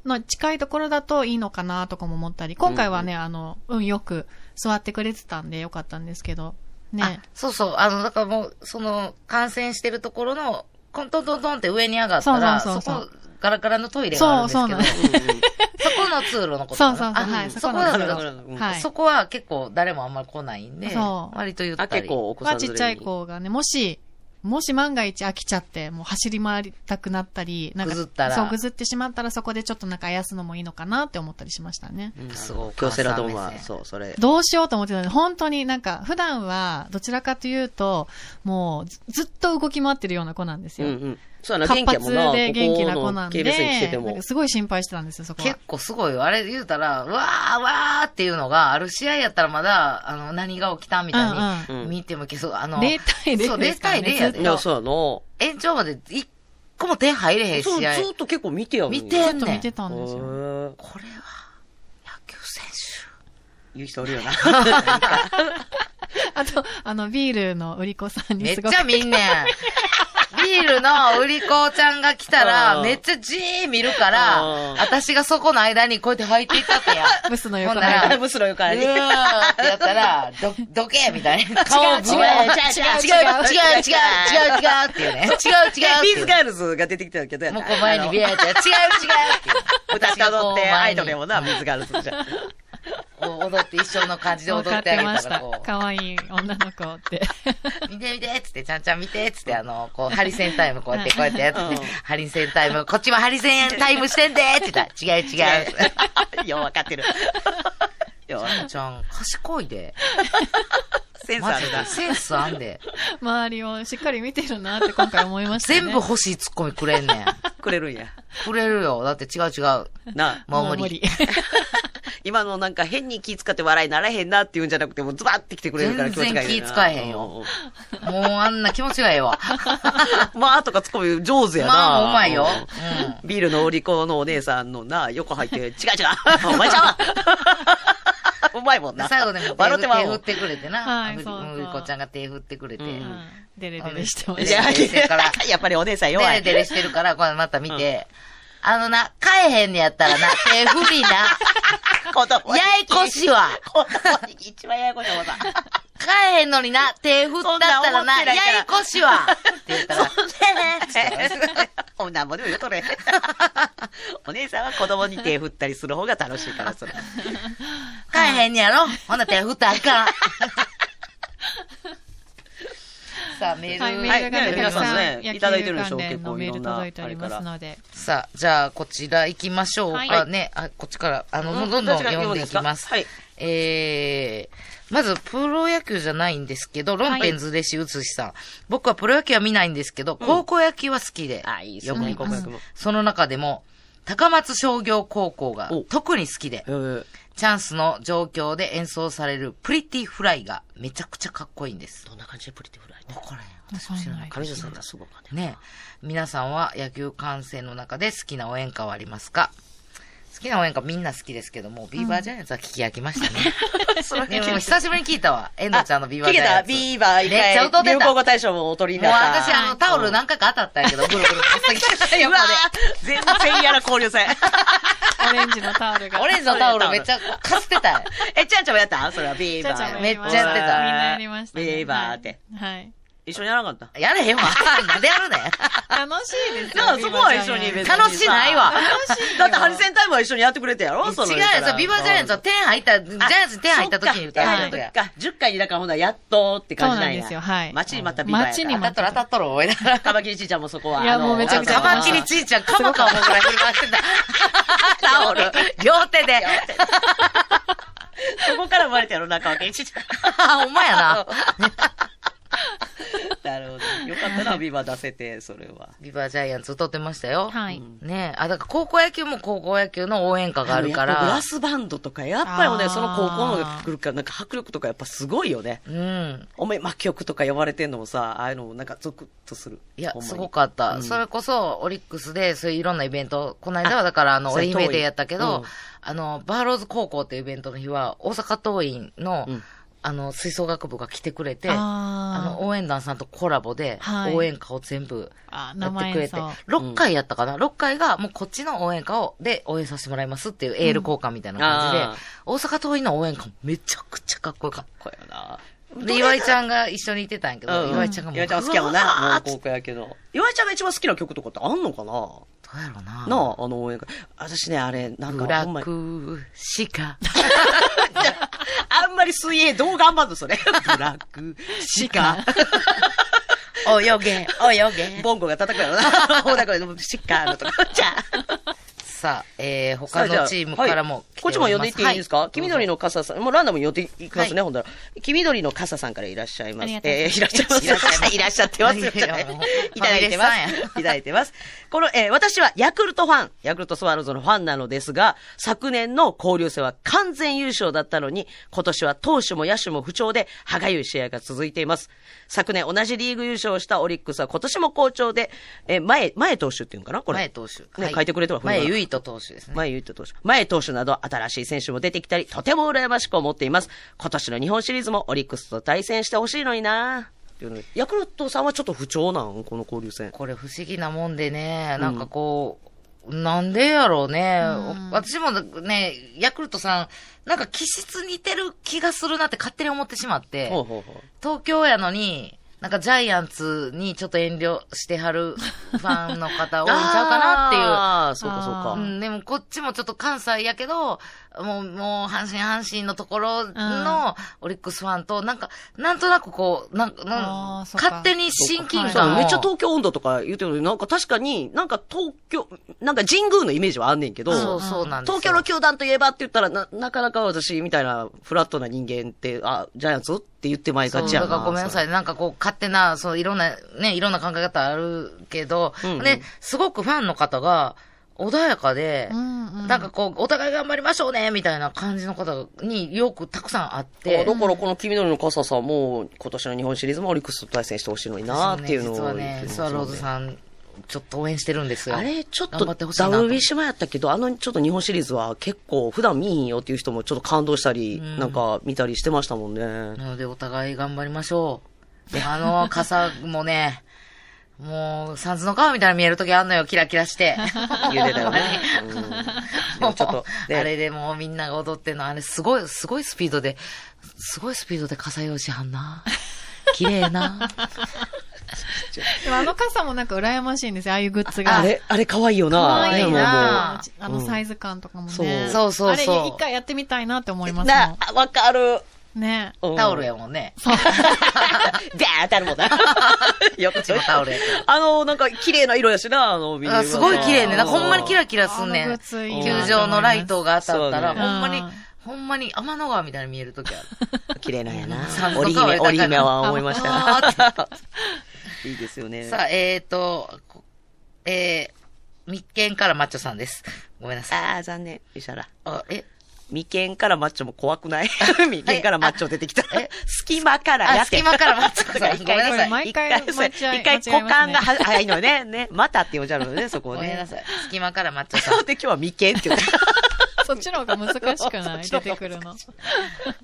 S5: の近いところだといいのかなとかも思ったり、今回はね、あの、うんよく座ってくれてたんでよかったんですけど、ね
S4: あ。、そうそう、あの、だからもう、その、感染してるところの、コントントントンって上に上がったら、
S5: そうそうそうそう
S4: こ、ガラガラのトイレがあるんですけど、
S5: そう
S4: そ
S5: そ
S3: うんうん
S4: この通路のこと
S5: そうそ
S4: か
S5: うそう、
S4: な
S5: はい、
S4: あ
S5: そ
S4: そ
S5: こ
S4: こ
S5: なん
S4: な
S5: で
S4: んで
S5: すけ
S4: す
S5: ど
S4: けど、
S3: うん
S5: はい。
S4: そこは結構誰もあんまり来ないんで、
S5: そう
S4: 割と言った
S3: あ、
S4: り。
S3: 結構お子
S5: ま
S3: さ
S5: あ
S3: ん
S5: ち
S3: 連
S5: っ
S3: れ
S5: ちゃい子がね、もし、もし万が一飽きちゃって、もう走り回りたくなったり、なんか、
S4: ぐずったら
S5: そう、ぐずってしまったらそこでちょっとなんかあやすのもいいのかなって思ったりしましたね。
S3: うん。
S4: す
S3: す
S4: ご
S3: ご
S4: い
S3: い。京セラドーム
S4: お母さん
S3: は、
S4: 目線
S3: そう、それ。
S5: どうしようと思ってたので、本当になんか、普段は、どちらかというと、もうず、ずっと動き回ってるような子なんです
S3: うん
S5: よ。
S3: うん。そうやな、
S5: 活
S3: 元気やも
S5: 発
S3: んな。
S5: で元気な子な
S3: ここの
S5: んで、
S3: KBS に来てて
S5: なん
S3: も
S5: か。すごい心配してたんですよ、そこは
S4: 結。構すごいよ。あれ言うたら、うわー、わーっていうのが、ある試合やったらまだ、あの、何が起きたみたい
S3: うんう
S4: に
S3: ん
S4: 見てもけそう、あの、
S5: 0対0です
S4: そう
S5: からね
S4: 0対0やで
S5: ずっ
S3: い
S5: と
S3: や、そうやな。
S4: 延長まで一個も点入れへん
S3: そう、
S4: 試合。
S3: ずっと結構見てやるんや
S4: 見てや
S5: ずっと見てたんですよ。
S3: へえ
S4: これは、野球選
S3: 言う人おるよな。
S5: あと、あの、ビールの売り子さん
S4: 手。
S5: に
S4: めっ
S5: すごく
S4: ちゃ見んねん。ビールの売り子ちゃんが来た
S3: う
S4: ら、
S3: ん
S4: めっちゃじー見るか
S3: う
S4: ら
S3: ん、
S4: 私がそこの間にこうやって入っていったってや。
S5: ブスの横
S4: ほんなら
S5: で。
S3: むしろよから
S4: う
S3: に。
S4: ーんってやったら、ど、どけみたいな。顔
S5: 違う違う
S4: ブワー違う違う違う違う違う違う違うっていうね。違う違うって
S3: ビ
S4: い
S3: ー
S4: う
S3: ズ。ガールズが出てきたけどや
S4: もうこう前にビ
S3: ア
S4: ラやったら、違う違うっていう。
S3: 歌ったどって、
S4: 私がこう前に
S3: アイドルやもんな、ビーズガールズじゃ。
S4: こう踊って一緒の感じで踊
S5: わ
S4: ってあ
S5: かっ
S4: げ
S5: て
S4: た
S5: まし
S4: ら
S5: た
S4: こ。う。
S5: 可愛い女の子って。
S4: 見て見てっつって、ちゃんちゃん見てっつって、あの、こう、ハリセンタイムこうやって、こうやってやって
S3: うん
S4: て、ハリセンタイム、こっちもハリセンタイムしてんでーって言ったら、違う違 う。
S3: よう分かってる。よう分かってる
S4: ちゃん、賢いで。
S3: センス
S4: マ
S3: あ
S4: ジ
S3: る
S4: で。
S3: な。
S4: センスあんで。
S5: 周りをしっかり見てるなって今回思いましたね。
S4: 全部欲しいツッコミくれんねん。
S3: くれるんや。
S4: くれるよ。だって違う違う。
S3: なあ。
S4: もう無理。
S3: 今のなんか変に気使って笑いならへんなっていうんじゃなくて、もうズバッて来てくれるから気持ちがいいな。
S4: 全然気使えへんよ
S3: うんうん。
S4: もうあんな気持ちがええわ。
S3: まあとかツッコミ上手やな。
S4: まあうまいよ
S3: うんビールの売り子のお姉さんのな、横入 って、違う違う、お前ちゃ ううまいもんな。
S4: 最後でも手
S3: 笑
S4: 振
S3: ってまう
S4: 手
S3: も
S4: 振
S3: ん
S4: っ。てくれてな。
S5: はい
S4: む
S5: そうそう
S4: むりこちゃんが手振ってくれて。
S3: うん
S5: うんデレデレしてま
S3: い
S5: した。
S3: や、
S4: 冷静から
S3: やっぱりお姉さん
S4: デ
S3: 弱
S4: レ
S3: い。
S4: デレしてるから、これまた見て。あのな、帰へんねやったらな、手振りな。
S3: 子供に
S4: や やこしいわ。
S3: 子供に一番ややこしいもんな。
S4: 帰へんのにな、手振ったったら
S3: そんな思っ
S4: な、
S3: てないから
S4: ややこしいわ。って言ったら、
S3: おなんぼでも言うと れ。お姉さんは子供に手振ったりする方が楽しいから、それ。
S4: 帰へんねやろほんな手振ったらあかん。さあ、メ
S5: はい、
S4: ール。
S5: メールが
S3: はい
S5: ね、
S3: ね
S5: たくさん、
S3: 皆さんねいただいてるでしょう
S5: 野球関連のメ
S3: 結
S5: ール
S3: 構いろんな
S5: 届いておりますので。
S4: さあ、じゃあ、こちら行きましょうか、
S5: はい
S4: ね。あ、こっちから、あの、
S3: うん
S4: もうどんどん読んでいきます。
S3: どっちが読むんです
S4: えー、まず、プロ野球じゃないんですけど、論点ずれしうつしさん、僕はプロ野球は見ないんですけど、高校野球は好きで、
S3: あ、いい
S4: よく見
S3: こ
S4: ます、
S3: も。
S4: その中でも、高松商業高校が
S3: お
S4: 特に好きで、
S3: うん
S4: チャンスの状況で演奏されるプリティフライがめちゃくちゃかっこいいんです。
S3: どんな感じでプリティフライ
S4: わからへん。
S5: 私も知らない
S3: 彼女さんがすごかね。
S4: ね皆さんは野球観戦の中で好きな応援歌はありますか好きな応援歌みんな好きですけども、ビーバージャイアンツは聞き飽きましたね。
S3: その
S4: でも久しぶりに聞いたわ。遠藤ちゃんのビーバー
S3: 聞
S4: ジ
S3: け
S4: ャイア
S3: た
S4: ンツ。
S3: ビーバー一
S4: めっちゃ
S3: 回
S4: 踊っ、てた
S3: 流行語大賞もお取りに
S4: もう
S3: なった。
S4: 私あのタオル何回か当たったんやけど、ぐるぐるこっそり横で。
S3: 全然やら交 流戦。
S5: オレンジのタオルが。
S4: オレンジのタオルめっちゃかすってたんや。
S3: え、ちゃんちゃんもやったそれはビーバ
S5: ちゃんち
S3: ー。
S5: ゃんも
S4: めっちゃやってた
S5: みんなやりました、ね。
S3: ビーバーって。
S5: はい。はい
S3: 一緒にやらなかった。
S4: や れへんわ。なんでやるねん。
S5: 楽しいですよ。
S3: だからそこは一緒に
S5: ビーバージャイアンツ
S3: 別にさ
S4: 楽しないわ。
S3: だってハリセンタイムは一緒にやってくれてやろその
S4: 違うよ、そうビーバージャイアンツは点入った、ジャイアンツに点入った時に歌
S3: あ
S4: う
S3: そ
S4: の
S3: っか手入
S4: や
S3: った。時か。10回にだからほんならやっとって感じなんや。
S5: そうなんですよはい
S3: 待ちに待ったビーバーやから。
S5: 待ちに
S4: 当たっと
S5: 待
S4: る当たっとる思いながら。
S3: カマキリちいちゃんもそこは。
S5: いや
S3: あの
S5: もうめちゃくちゃ
S4: カ
S3: あの
S4: マキリちいちゃん、カマかもぐらい振り回してた。タオル、両手で。
S3: そこから生まれたやろ、中脇ちいち
S4: あ、 ほんまやな。
S3: ゃん。なるほど。よかったな、ビーバー出せて、それは。
S4: ビバジャイアンツ歌ってましたよ。
S5: はい
S4: ねえ、あ、だから高校野球も高校野球の応援歌があるか
S3: やっぱブ
S4: ら
S3: ラ。スバンドとか、やっぱりもね、
S5: あー
S3: その高校の来るから、なんか迫力とかやっぱすごいよね。
S4: うん。
S3: おめま曲とか呼ばれてんのもさ、ああいうのもなんかゾクッとする。
S4: いや
S3: ほん、ますに
S4: ごかった。それこそ、オリックスで、そういういろんなイベント、この間はだから、あの、
S3: そう
S4: 愛媛でやったけど、
S3: 遠いうん
S4: あの、バーローズ高校っていうイベントの日は、大阪桐蔭の、
S3: うん
S4: あの、吹奏楽部が来てくれて、あ
S5: あ
S4: の、応援団さんとコラボで
S5: は、い
S4: 応援歌を全部、
S5: あ
S4: やってくれて
S5: 生演奏、
S4: 6回やったかな、?6 回が、もうこっちの応援歌を、で、応援させてもらいますっていうエール交換みたいな感じで、
S3: うんあー
S4: 大阪桐蔭の応援歌もめちゃくちゃかっこよかっ
S3: これよな。
S4: た。で、岩井ちゃんが一緒にいてたんやけど、
S3: うん
S4: 岩井ちゃんがもう、
S3: 岩井ちゃん好きやもんな。もう
S4: ど
S3: 高校野球の。岩井ちゃんが一番好きな曲とかってあんのかな
S4: うやろうな。
S3: なあ、あの応援歌。私ね、あれ、なんか、
S4: ブラ
S3: ほんま
S4: ッ
S3: に。
S4: クしか。
S3: あんまり水泳どう頑張んの、 それ。ブラック、シカ。
S4: 泳げ、泳げ。
S3: ボンゴが叩くやろな。 ほら、これ、シカのと か。じゃあ。
S4: さあ、えー、他のチームからも来て
S3: こ
S4: お
S3: っち
S4: り
S3: も
S4: ます、
S3: 呼んでいっていいですか、
S4: は
S3: 黄緑の傘さん、もうランダムに呼んでいきますね、
S4: は
S3: ほんだら。黄緑の傘さんからいらっしゃいま
S5: あり
S3: す
S5: が。とうござい
S3: え
S5: ます
S3: ー、いらっしゃいます。いらっしゃっ
S4: いらっしゃいます
S3: てます。
S4: い
S3: い
S4: や
S3: た
S4: いや
S3: だ
S4: も
S3: い
S4: う
S3: てま
S4: ファミレスさん
S3: す。いただいてます。この、えー、私はヤクルトファン、ヤクルトスワローズのファンなのですが、昨年の交流戦は完全優勝だったのに、今年は投手も野手も不調で、歯がゆい試合が続いています。昨年同じリーグ優勝をしたオリックスは今年も好調で、えー、前、前投手っていうんかなこれ。
S4: 前投手。
S3: ね、書いてくれてます。
S4: 前、唯斗投手ですね。
S3: 前言った投手。前投手など新しい選手も出てきたり、とても羨ましく思っています。今年の日本シリーズもオリックスと対戦してほしいのになっていうのでヤクルトさんはちょっと不調なんこの交流戦。
S4: これ不思議なもんでね、なんかこう、なんでやろうね。私もね、ヤクルトさん、なんか気質似てる気がするなって勝手に思ってしまって、
S3: ほうほうほう。
S4: 東京やのに、なんかジャイアンツにちょっと遠慮してはるファンの方多いんちゃうかなっていう。
S3: ああ、そうかそうか。
S5: あ
S4: う
S5: ー
S4: ん、でもこっちもちょっと関西やけど、もう、もう、阪神阪神のところ
S5: うん
S4: のオリックスファンと、なんか、なんとなくこう、なんか、な
S5: あー
S4: ん
S5: そっか
S4: 勝手に親近
S3: そう
S4: 感を。
S3: めっちゃ東京温度とか言うてるのに、なんか確かに、なんか東京、なんか神宮のイメージはあんねんけど、
S4: そうそうなんですよ
S3: 東京の球団といえばって言ったら、な、なかなか私みたいなフラットな人間って、あ、ジャイアンツって言ってまいが
S4: そう
S3: ちや
S4: だ
S3: な。
S4: からごめんなさ
S3: い。
S4: い。なんかこう、勝手な、そう、いろんな、ね、いろんな考え方あるけど、
S3: うんうん
S4: ね、すごくファンの方が、穏やかで、
S5: うんうん
S4: なんかこう、お互い頑張りましょうね、みたいな感じの方によくたくさんあっ
S3: あ
S4: て、
S3: だからこの黄緑の傘さんも、今年の日本シリーズもオリックスと対戦してほしいのになーっていうのを
S4: 実はね、スワローズ
S3: ん。
S4: さん、ちょっと応援してるんですよ。
S3: あれ、ちょっと、
S4: 頑張ってほしいなと思って
S3: WB 島やったけど、あの、ちょっと日本シリーズは結構、普段見ひんよっていう人もちょっと感動したり、なんか見たりしてましたもんね。
S4: なので、お互い頑張りましょう。あの、傘もね、もう、サンズの川みたいなの見えるときあんのよ、キラキラして。
S3: 言うてたよね。うん、で
S4: も
S3: も
S4: う
S3: ち ょっと、ね、
S4: あれでもうみんなが踊ってんの、あれすごい、すごいスピードで、すごいスピードで傘用しはんな。綺 麗な。
S5: でもあの傘もなんか羨ましいんですよ、ああいうグッズが。
S3: あれ、あれ可愛いよな。
S5: 可愛
S3: ね
S5: い
S3: もう
S4: な
S5: ああのサイズ感とかもね。
S3: そう
S4: そうそうそう
S5: あれ一回やってみたいなって思い
S3: もう
S5: ます
S3: な
S5: も、
S3: あわかる。
S5: ん。ね。
S3: うん
S4: タオルやもんね。
S5: そう。
S3: でーってあるもん な。よく
S4: もタオルやけど
S3: あの、なんか、綺麗な色やしな、あの、ビニール
S4: あすごい綺麗ね。なんかほんまにキ
S3: 麗。
S4: ラキラすんね
S5: あの
S4: ん。
S5: グッズいいな
S4: 球場のライトが当たった
S3: そ
S4: ら、
S3: うね
S4: ほんまに
S5: うん、
S4: ほんまに天の川みたいに見えるときある。
S3: 綺麗なんやな
S4: さ。
S3: 織姫、織姫は思いま した。
S4: あ
S3: いいですよね。
S4: さあ、えーと、こえー、密見からマッチョさんです。ごめんなさい。
S3: ああ、残念。石原。
S4: あ、え、
S3: 眉間からマッチョも怖くない眉間からマッチョ出てきた
S4: え。
S3: 隙間からや
S4: あ、
S3: って
S4: 隙間からマッ チョさん。ごめんなさい。
S5: 毎回
S3: 一回そう
S5: 間違え
S3: 一回
S5: 間違
S3: 股
S5: えま
S3: 間
S5: すね
S3: がは 早いのよね。ね。またって呼んじゃうのよね、そこを
S4: ご
S3: ね。
S4: めんなさい。隙間からマッチョさん
S3: そ。うで今日は眉間って言う
S5: そっちの方が難しくない出てくるの。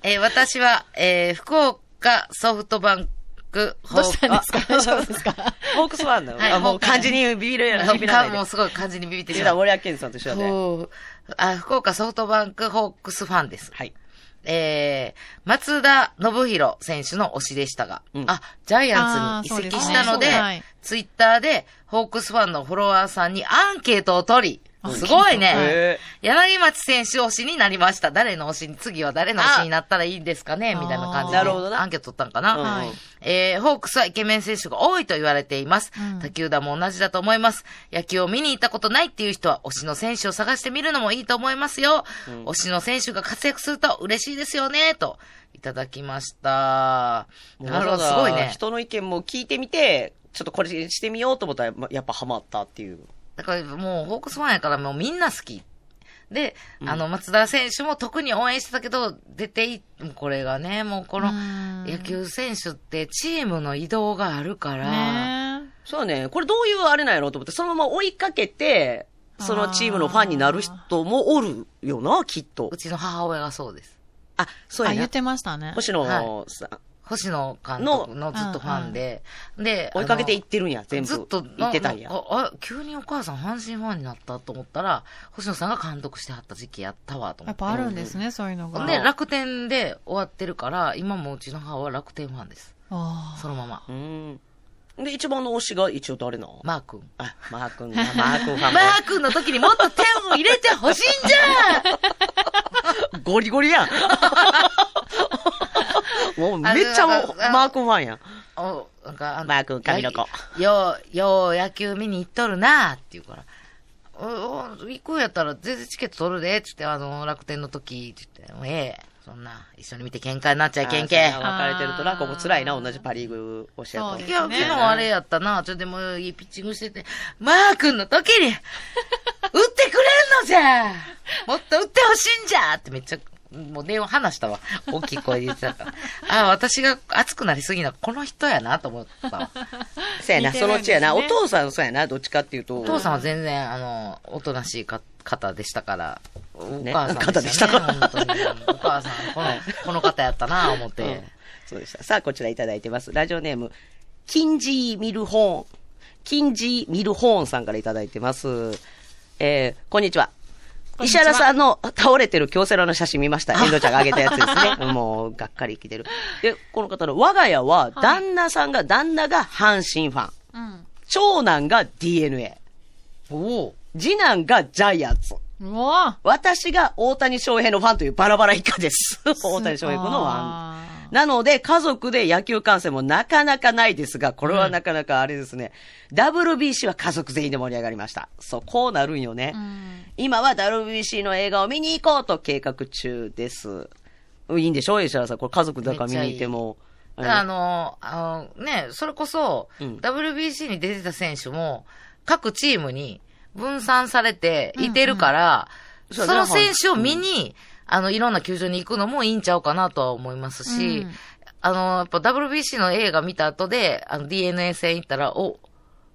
S4: えー私は、えー福岡ソフトバンク、
S5: どうしたん
S4: ホー
S5: ですか 大丈夫ですか
S3: ホークスファンなの、
S4: はい
S3: あもう
S4: ホークスフ
S3: 漢
S4: ァン
S3: 字にビビるや
S4: ク
S3: ら、ビビら
S4: か
S3: ない
S4: もう
S3: で。
S4: すごい感じにビビってし
S3: 実
S4: ま
S3: は
S4: う。
S3: 森明さんと一緒だね。
S4: そうあ福岡ソフトバンクホークスファンです。
S3: はい。
S4: えー、松田信弘選手の推しでしたが、
S3: うん
S4: あ、ジャイアンツに移籍したので、
S5: あーそうですねはい
S4: ツイッターで、ホークスファンのフォロワーさんにアンケートを取
S5: アン
S4: り、
S5: ケー
S4: す
S5: ト
S4: ごいね。
S3: へ
S4: 柳町選手推しになりました。誰の推しに、次は誰の推しになったらいいんですかね
S5: あ
S4: みたいな感じで。
S5: なる
S3: ほどな
S4: アンケート取ったんか
S3: え。
S4: な、
S3: うん
S5: はい
S4: えー、ホークスはイケメン選手が多いと言われています。
S5: うん
S4: 他球団も同じだと思います。野球を見に行ったことないっていう人は、推しの選手を探してみるのもいいと思いますよ。推しの選手が活躍すると嬉しいですよね、と、いただきました。
S3: もう
S4: な
S3: わざ
S4: るほ
S3: わ
S4: ど、
S3: ざ
S4: すごいね。
S3: 人の意見も聞いてみて、ちょっとこれしてみようと思ったら、まやっぱハマったっていう。
S4: だからもう、ホークスファンやからもうみんな好き。で、あの、松田選手も特に応援してたけど、出てい、これがね、もうこの、野球選手ってチームの移動があるから、
S5: ね
S3: そうね。これどういうあれなんやろうと思って、そのまま追いかけて、そのチームのファンになる人もおるよな、きっと
S4: う。ちの母親がそうです。
S3: あ、そう
S5: あ、
S3: や
S5: 言っ
S3: な。
S5: てましたね。
S3: 星野さん、
S4: 星野監督のずっとファンで、で、
S3: 追いかけてい
S4: っ
S3: ってるんや、全部。
S4: ずっと
S3: 言ってたんや。
S4: ななあ、あ急にお母さん阪神ファンになったと思ったら、星野さんが監督してはった時期やったわ、と
S5: や
S4: 思っ。
S5: ってぱあるんですね、そういうの
S4: ほ
S5: が。
S4: んで、楽天で終わってるから、今もうちの母は楽天ファンです。
S5: あ
S4: そのまま
S3: う。ん。で、一番の推しが一応誰なの
S4: マー君。
S3: あ、マー君な、マー君フ
S4: マ
S3: ァンも
S4: ー君の時にもっと手を入れてほしいんじゃん
S3: ゴリゴリやん。もうめっちゃもう
S4: あの
S3: マー君ファンやん。
S4: お、なんか、あ
S3: マー君神の子。
S4: よう、よう野球見に行っとるなーって言うから。おお行くんやったら全然チケット取るで、つって、あの、楽天の時、つって、もうええ、そんな、一緒に見て喧嘩になっちゃいけんけ。い
S3: あーそれは別れてるとな、ここ辛いな、同じパリーグをして
S5: そ
S3: と
S5: うで。すね
S4: や、昨日あれやったな、ちょ、でも、いいピッチングしてて、マー君の時に、打 ってくれんのじゃもっと打ってほしいんじゃってめっちゃ、もう電話離したわ。大きい声で言ってたから。ああ、私が熱くなりすぎな、この人やな、と思ったわ。
S3: そうやな、
S5: 似て
S3: その
S5: るんですね
S3: うちやな。お父さんそうやな、どっちかっていうと。
S4: お父さんは全然、あの、おとなしいか方でしたから、お
S3: ね
S4: 母さん、
S3: 方でしたから
S4: 本当に。お母さん、こ の、この方やったな、思っ
S3: う
S4: て
S3: ん。そうでした。さあ、こちらいただいてます。ラジオネーム、キンジー・ミルホーン。キンジー・ミルホーンさんからいただいてます。えー、こんにちは。
S5: こんに
S3: 石
S5: ちは
S3: 原さんの倒れてる京セラの写真見ま した。遠藤ちゃんが上げたやつですね。もう、がっかり生きてる。で、この方の、我が家は、旦那さんが、旦那が阪神ファン。
S5: あ。うん。
S3: 長男が DNA。
S4: おお
S3: 次男がジャイアンツ。
S5: うわ
S3: 私が大谷翔平のファンというバラバラ以下です。大谷翔平君のファン。
S5: あ
S3: なので、家族で野球観戦もなかなかないですが、これはなかなかあれですね。WBC は家族全員で盛り上がりました。そう、こうなるんよね。
S5: ーうん。
S3: 今は WBC の映画を見に行こうと計画中です。うんいいんでしょ石原さん。これ家族だから見に行っても。
S4: だからあ
S3: うん
S4: の、あの、ね、それこそ、
S3: うん
S4: WBC に出てた選手も、各チームに分散されていてるから、
S3: うんうん
S4: その選手を見に、あの、いろんな球場に行くのもいいんちゃうかなとは思いますし、
S5: うん
S4: あの、やっぱ WBC の映画見た後で、あの、DNA 戦行ったら、お、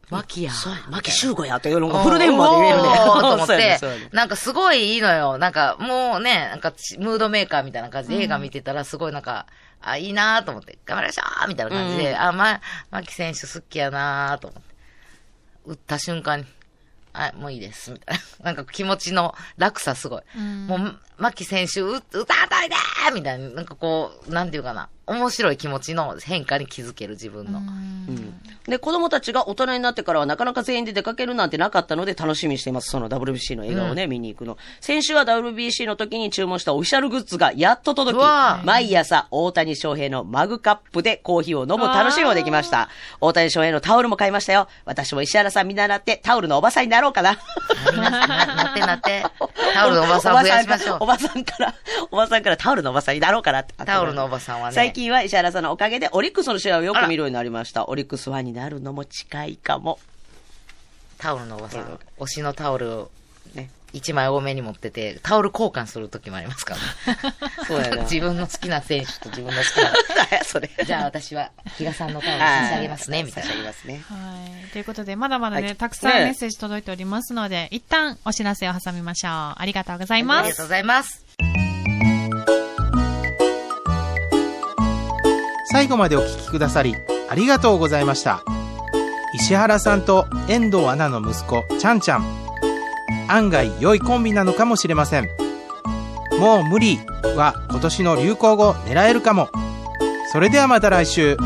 S4: マキや。
S3: そうや、牧秀悟やっていうのがフルネームまで言えるね。
S4: お ーと思 っ
S3: そうやね
S4: て
S3: そうやね、
S4: なんかすごいいいのよ。なんかもうね、なんかちムードメーカーみたいな感じで映画見てたらすごいなんか、あ、いいなーと思って、頑張りましょうみたいな感じで、
S3: うん
S4: あ、ま、マキ選手好きやなーと思って。打った瞬間に、あ、もういいです、みたいな。 なんか気持ちの落差すごい。
S5: うん
S4: もう、マキ選手、う、歌当たりだーみたいな、なんかこう、なんていうかな。面白い気持ちの変化に気づける自分の。
S3: で、子供たちが大人になってからはなかなか全員で出かけるなんてなかったので楽しみにしています。その WBC の映画をね、見に行くの。先週は WBC の時に注文したオフィシャルグッズがやっと届
S4: うわ
S3: き、毎朝大谷翔平のマグカップでコーヒーを飲む楽しみもできました。大谷翔平のタオルも買いましたよ。私も石原さん見習ってタオルのおばさんになろうかな。
S4: なななってなって、タオルのおばさん増やしましょう
S3: お。ばさんから、おばさんからタオルのおばさんになろうかなって。
S4: タオルのおばさんはね
S3: 最近は石原さんのおかげでオリックスの試合をよく見るようになりました。オリックスファンになるのも近いかも。
S4: タオルのおばさん、推しのタオルを
S3: ね。
S4: 1枚多めに持ってて、タオル交換する時もありますから。
S3: そうやな
S4: 自分の好きな選手と自分の好きな。
S3: だよ、それ。
S4: じゃあ私は、比嘉さんのタオル差し上げますね、みたい
S3: 差
S4: な
S3: し。上げますね。
S5: はい。ということで、まだまだね、
S3: はい
S5: たくさん
S3: ね
S5: メッセージ届いておりますので、一旦お知らせを挟みましょう。ありがとうござい
S4: あ
S5: ま
S4: りが
S5: す
S4: とう。ございます。
S2: 最後までお聞きくださりありがとうございました石原さんと遠藤アナの息子ちゃんちゃん案外良いコンビなのかもしれませんもう無理は今年の流行語狙えるかもそれではまた来週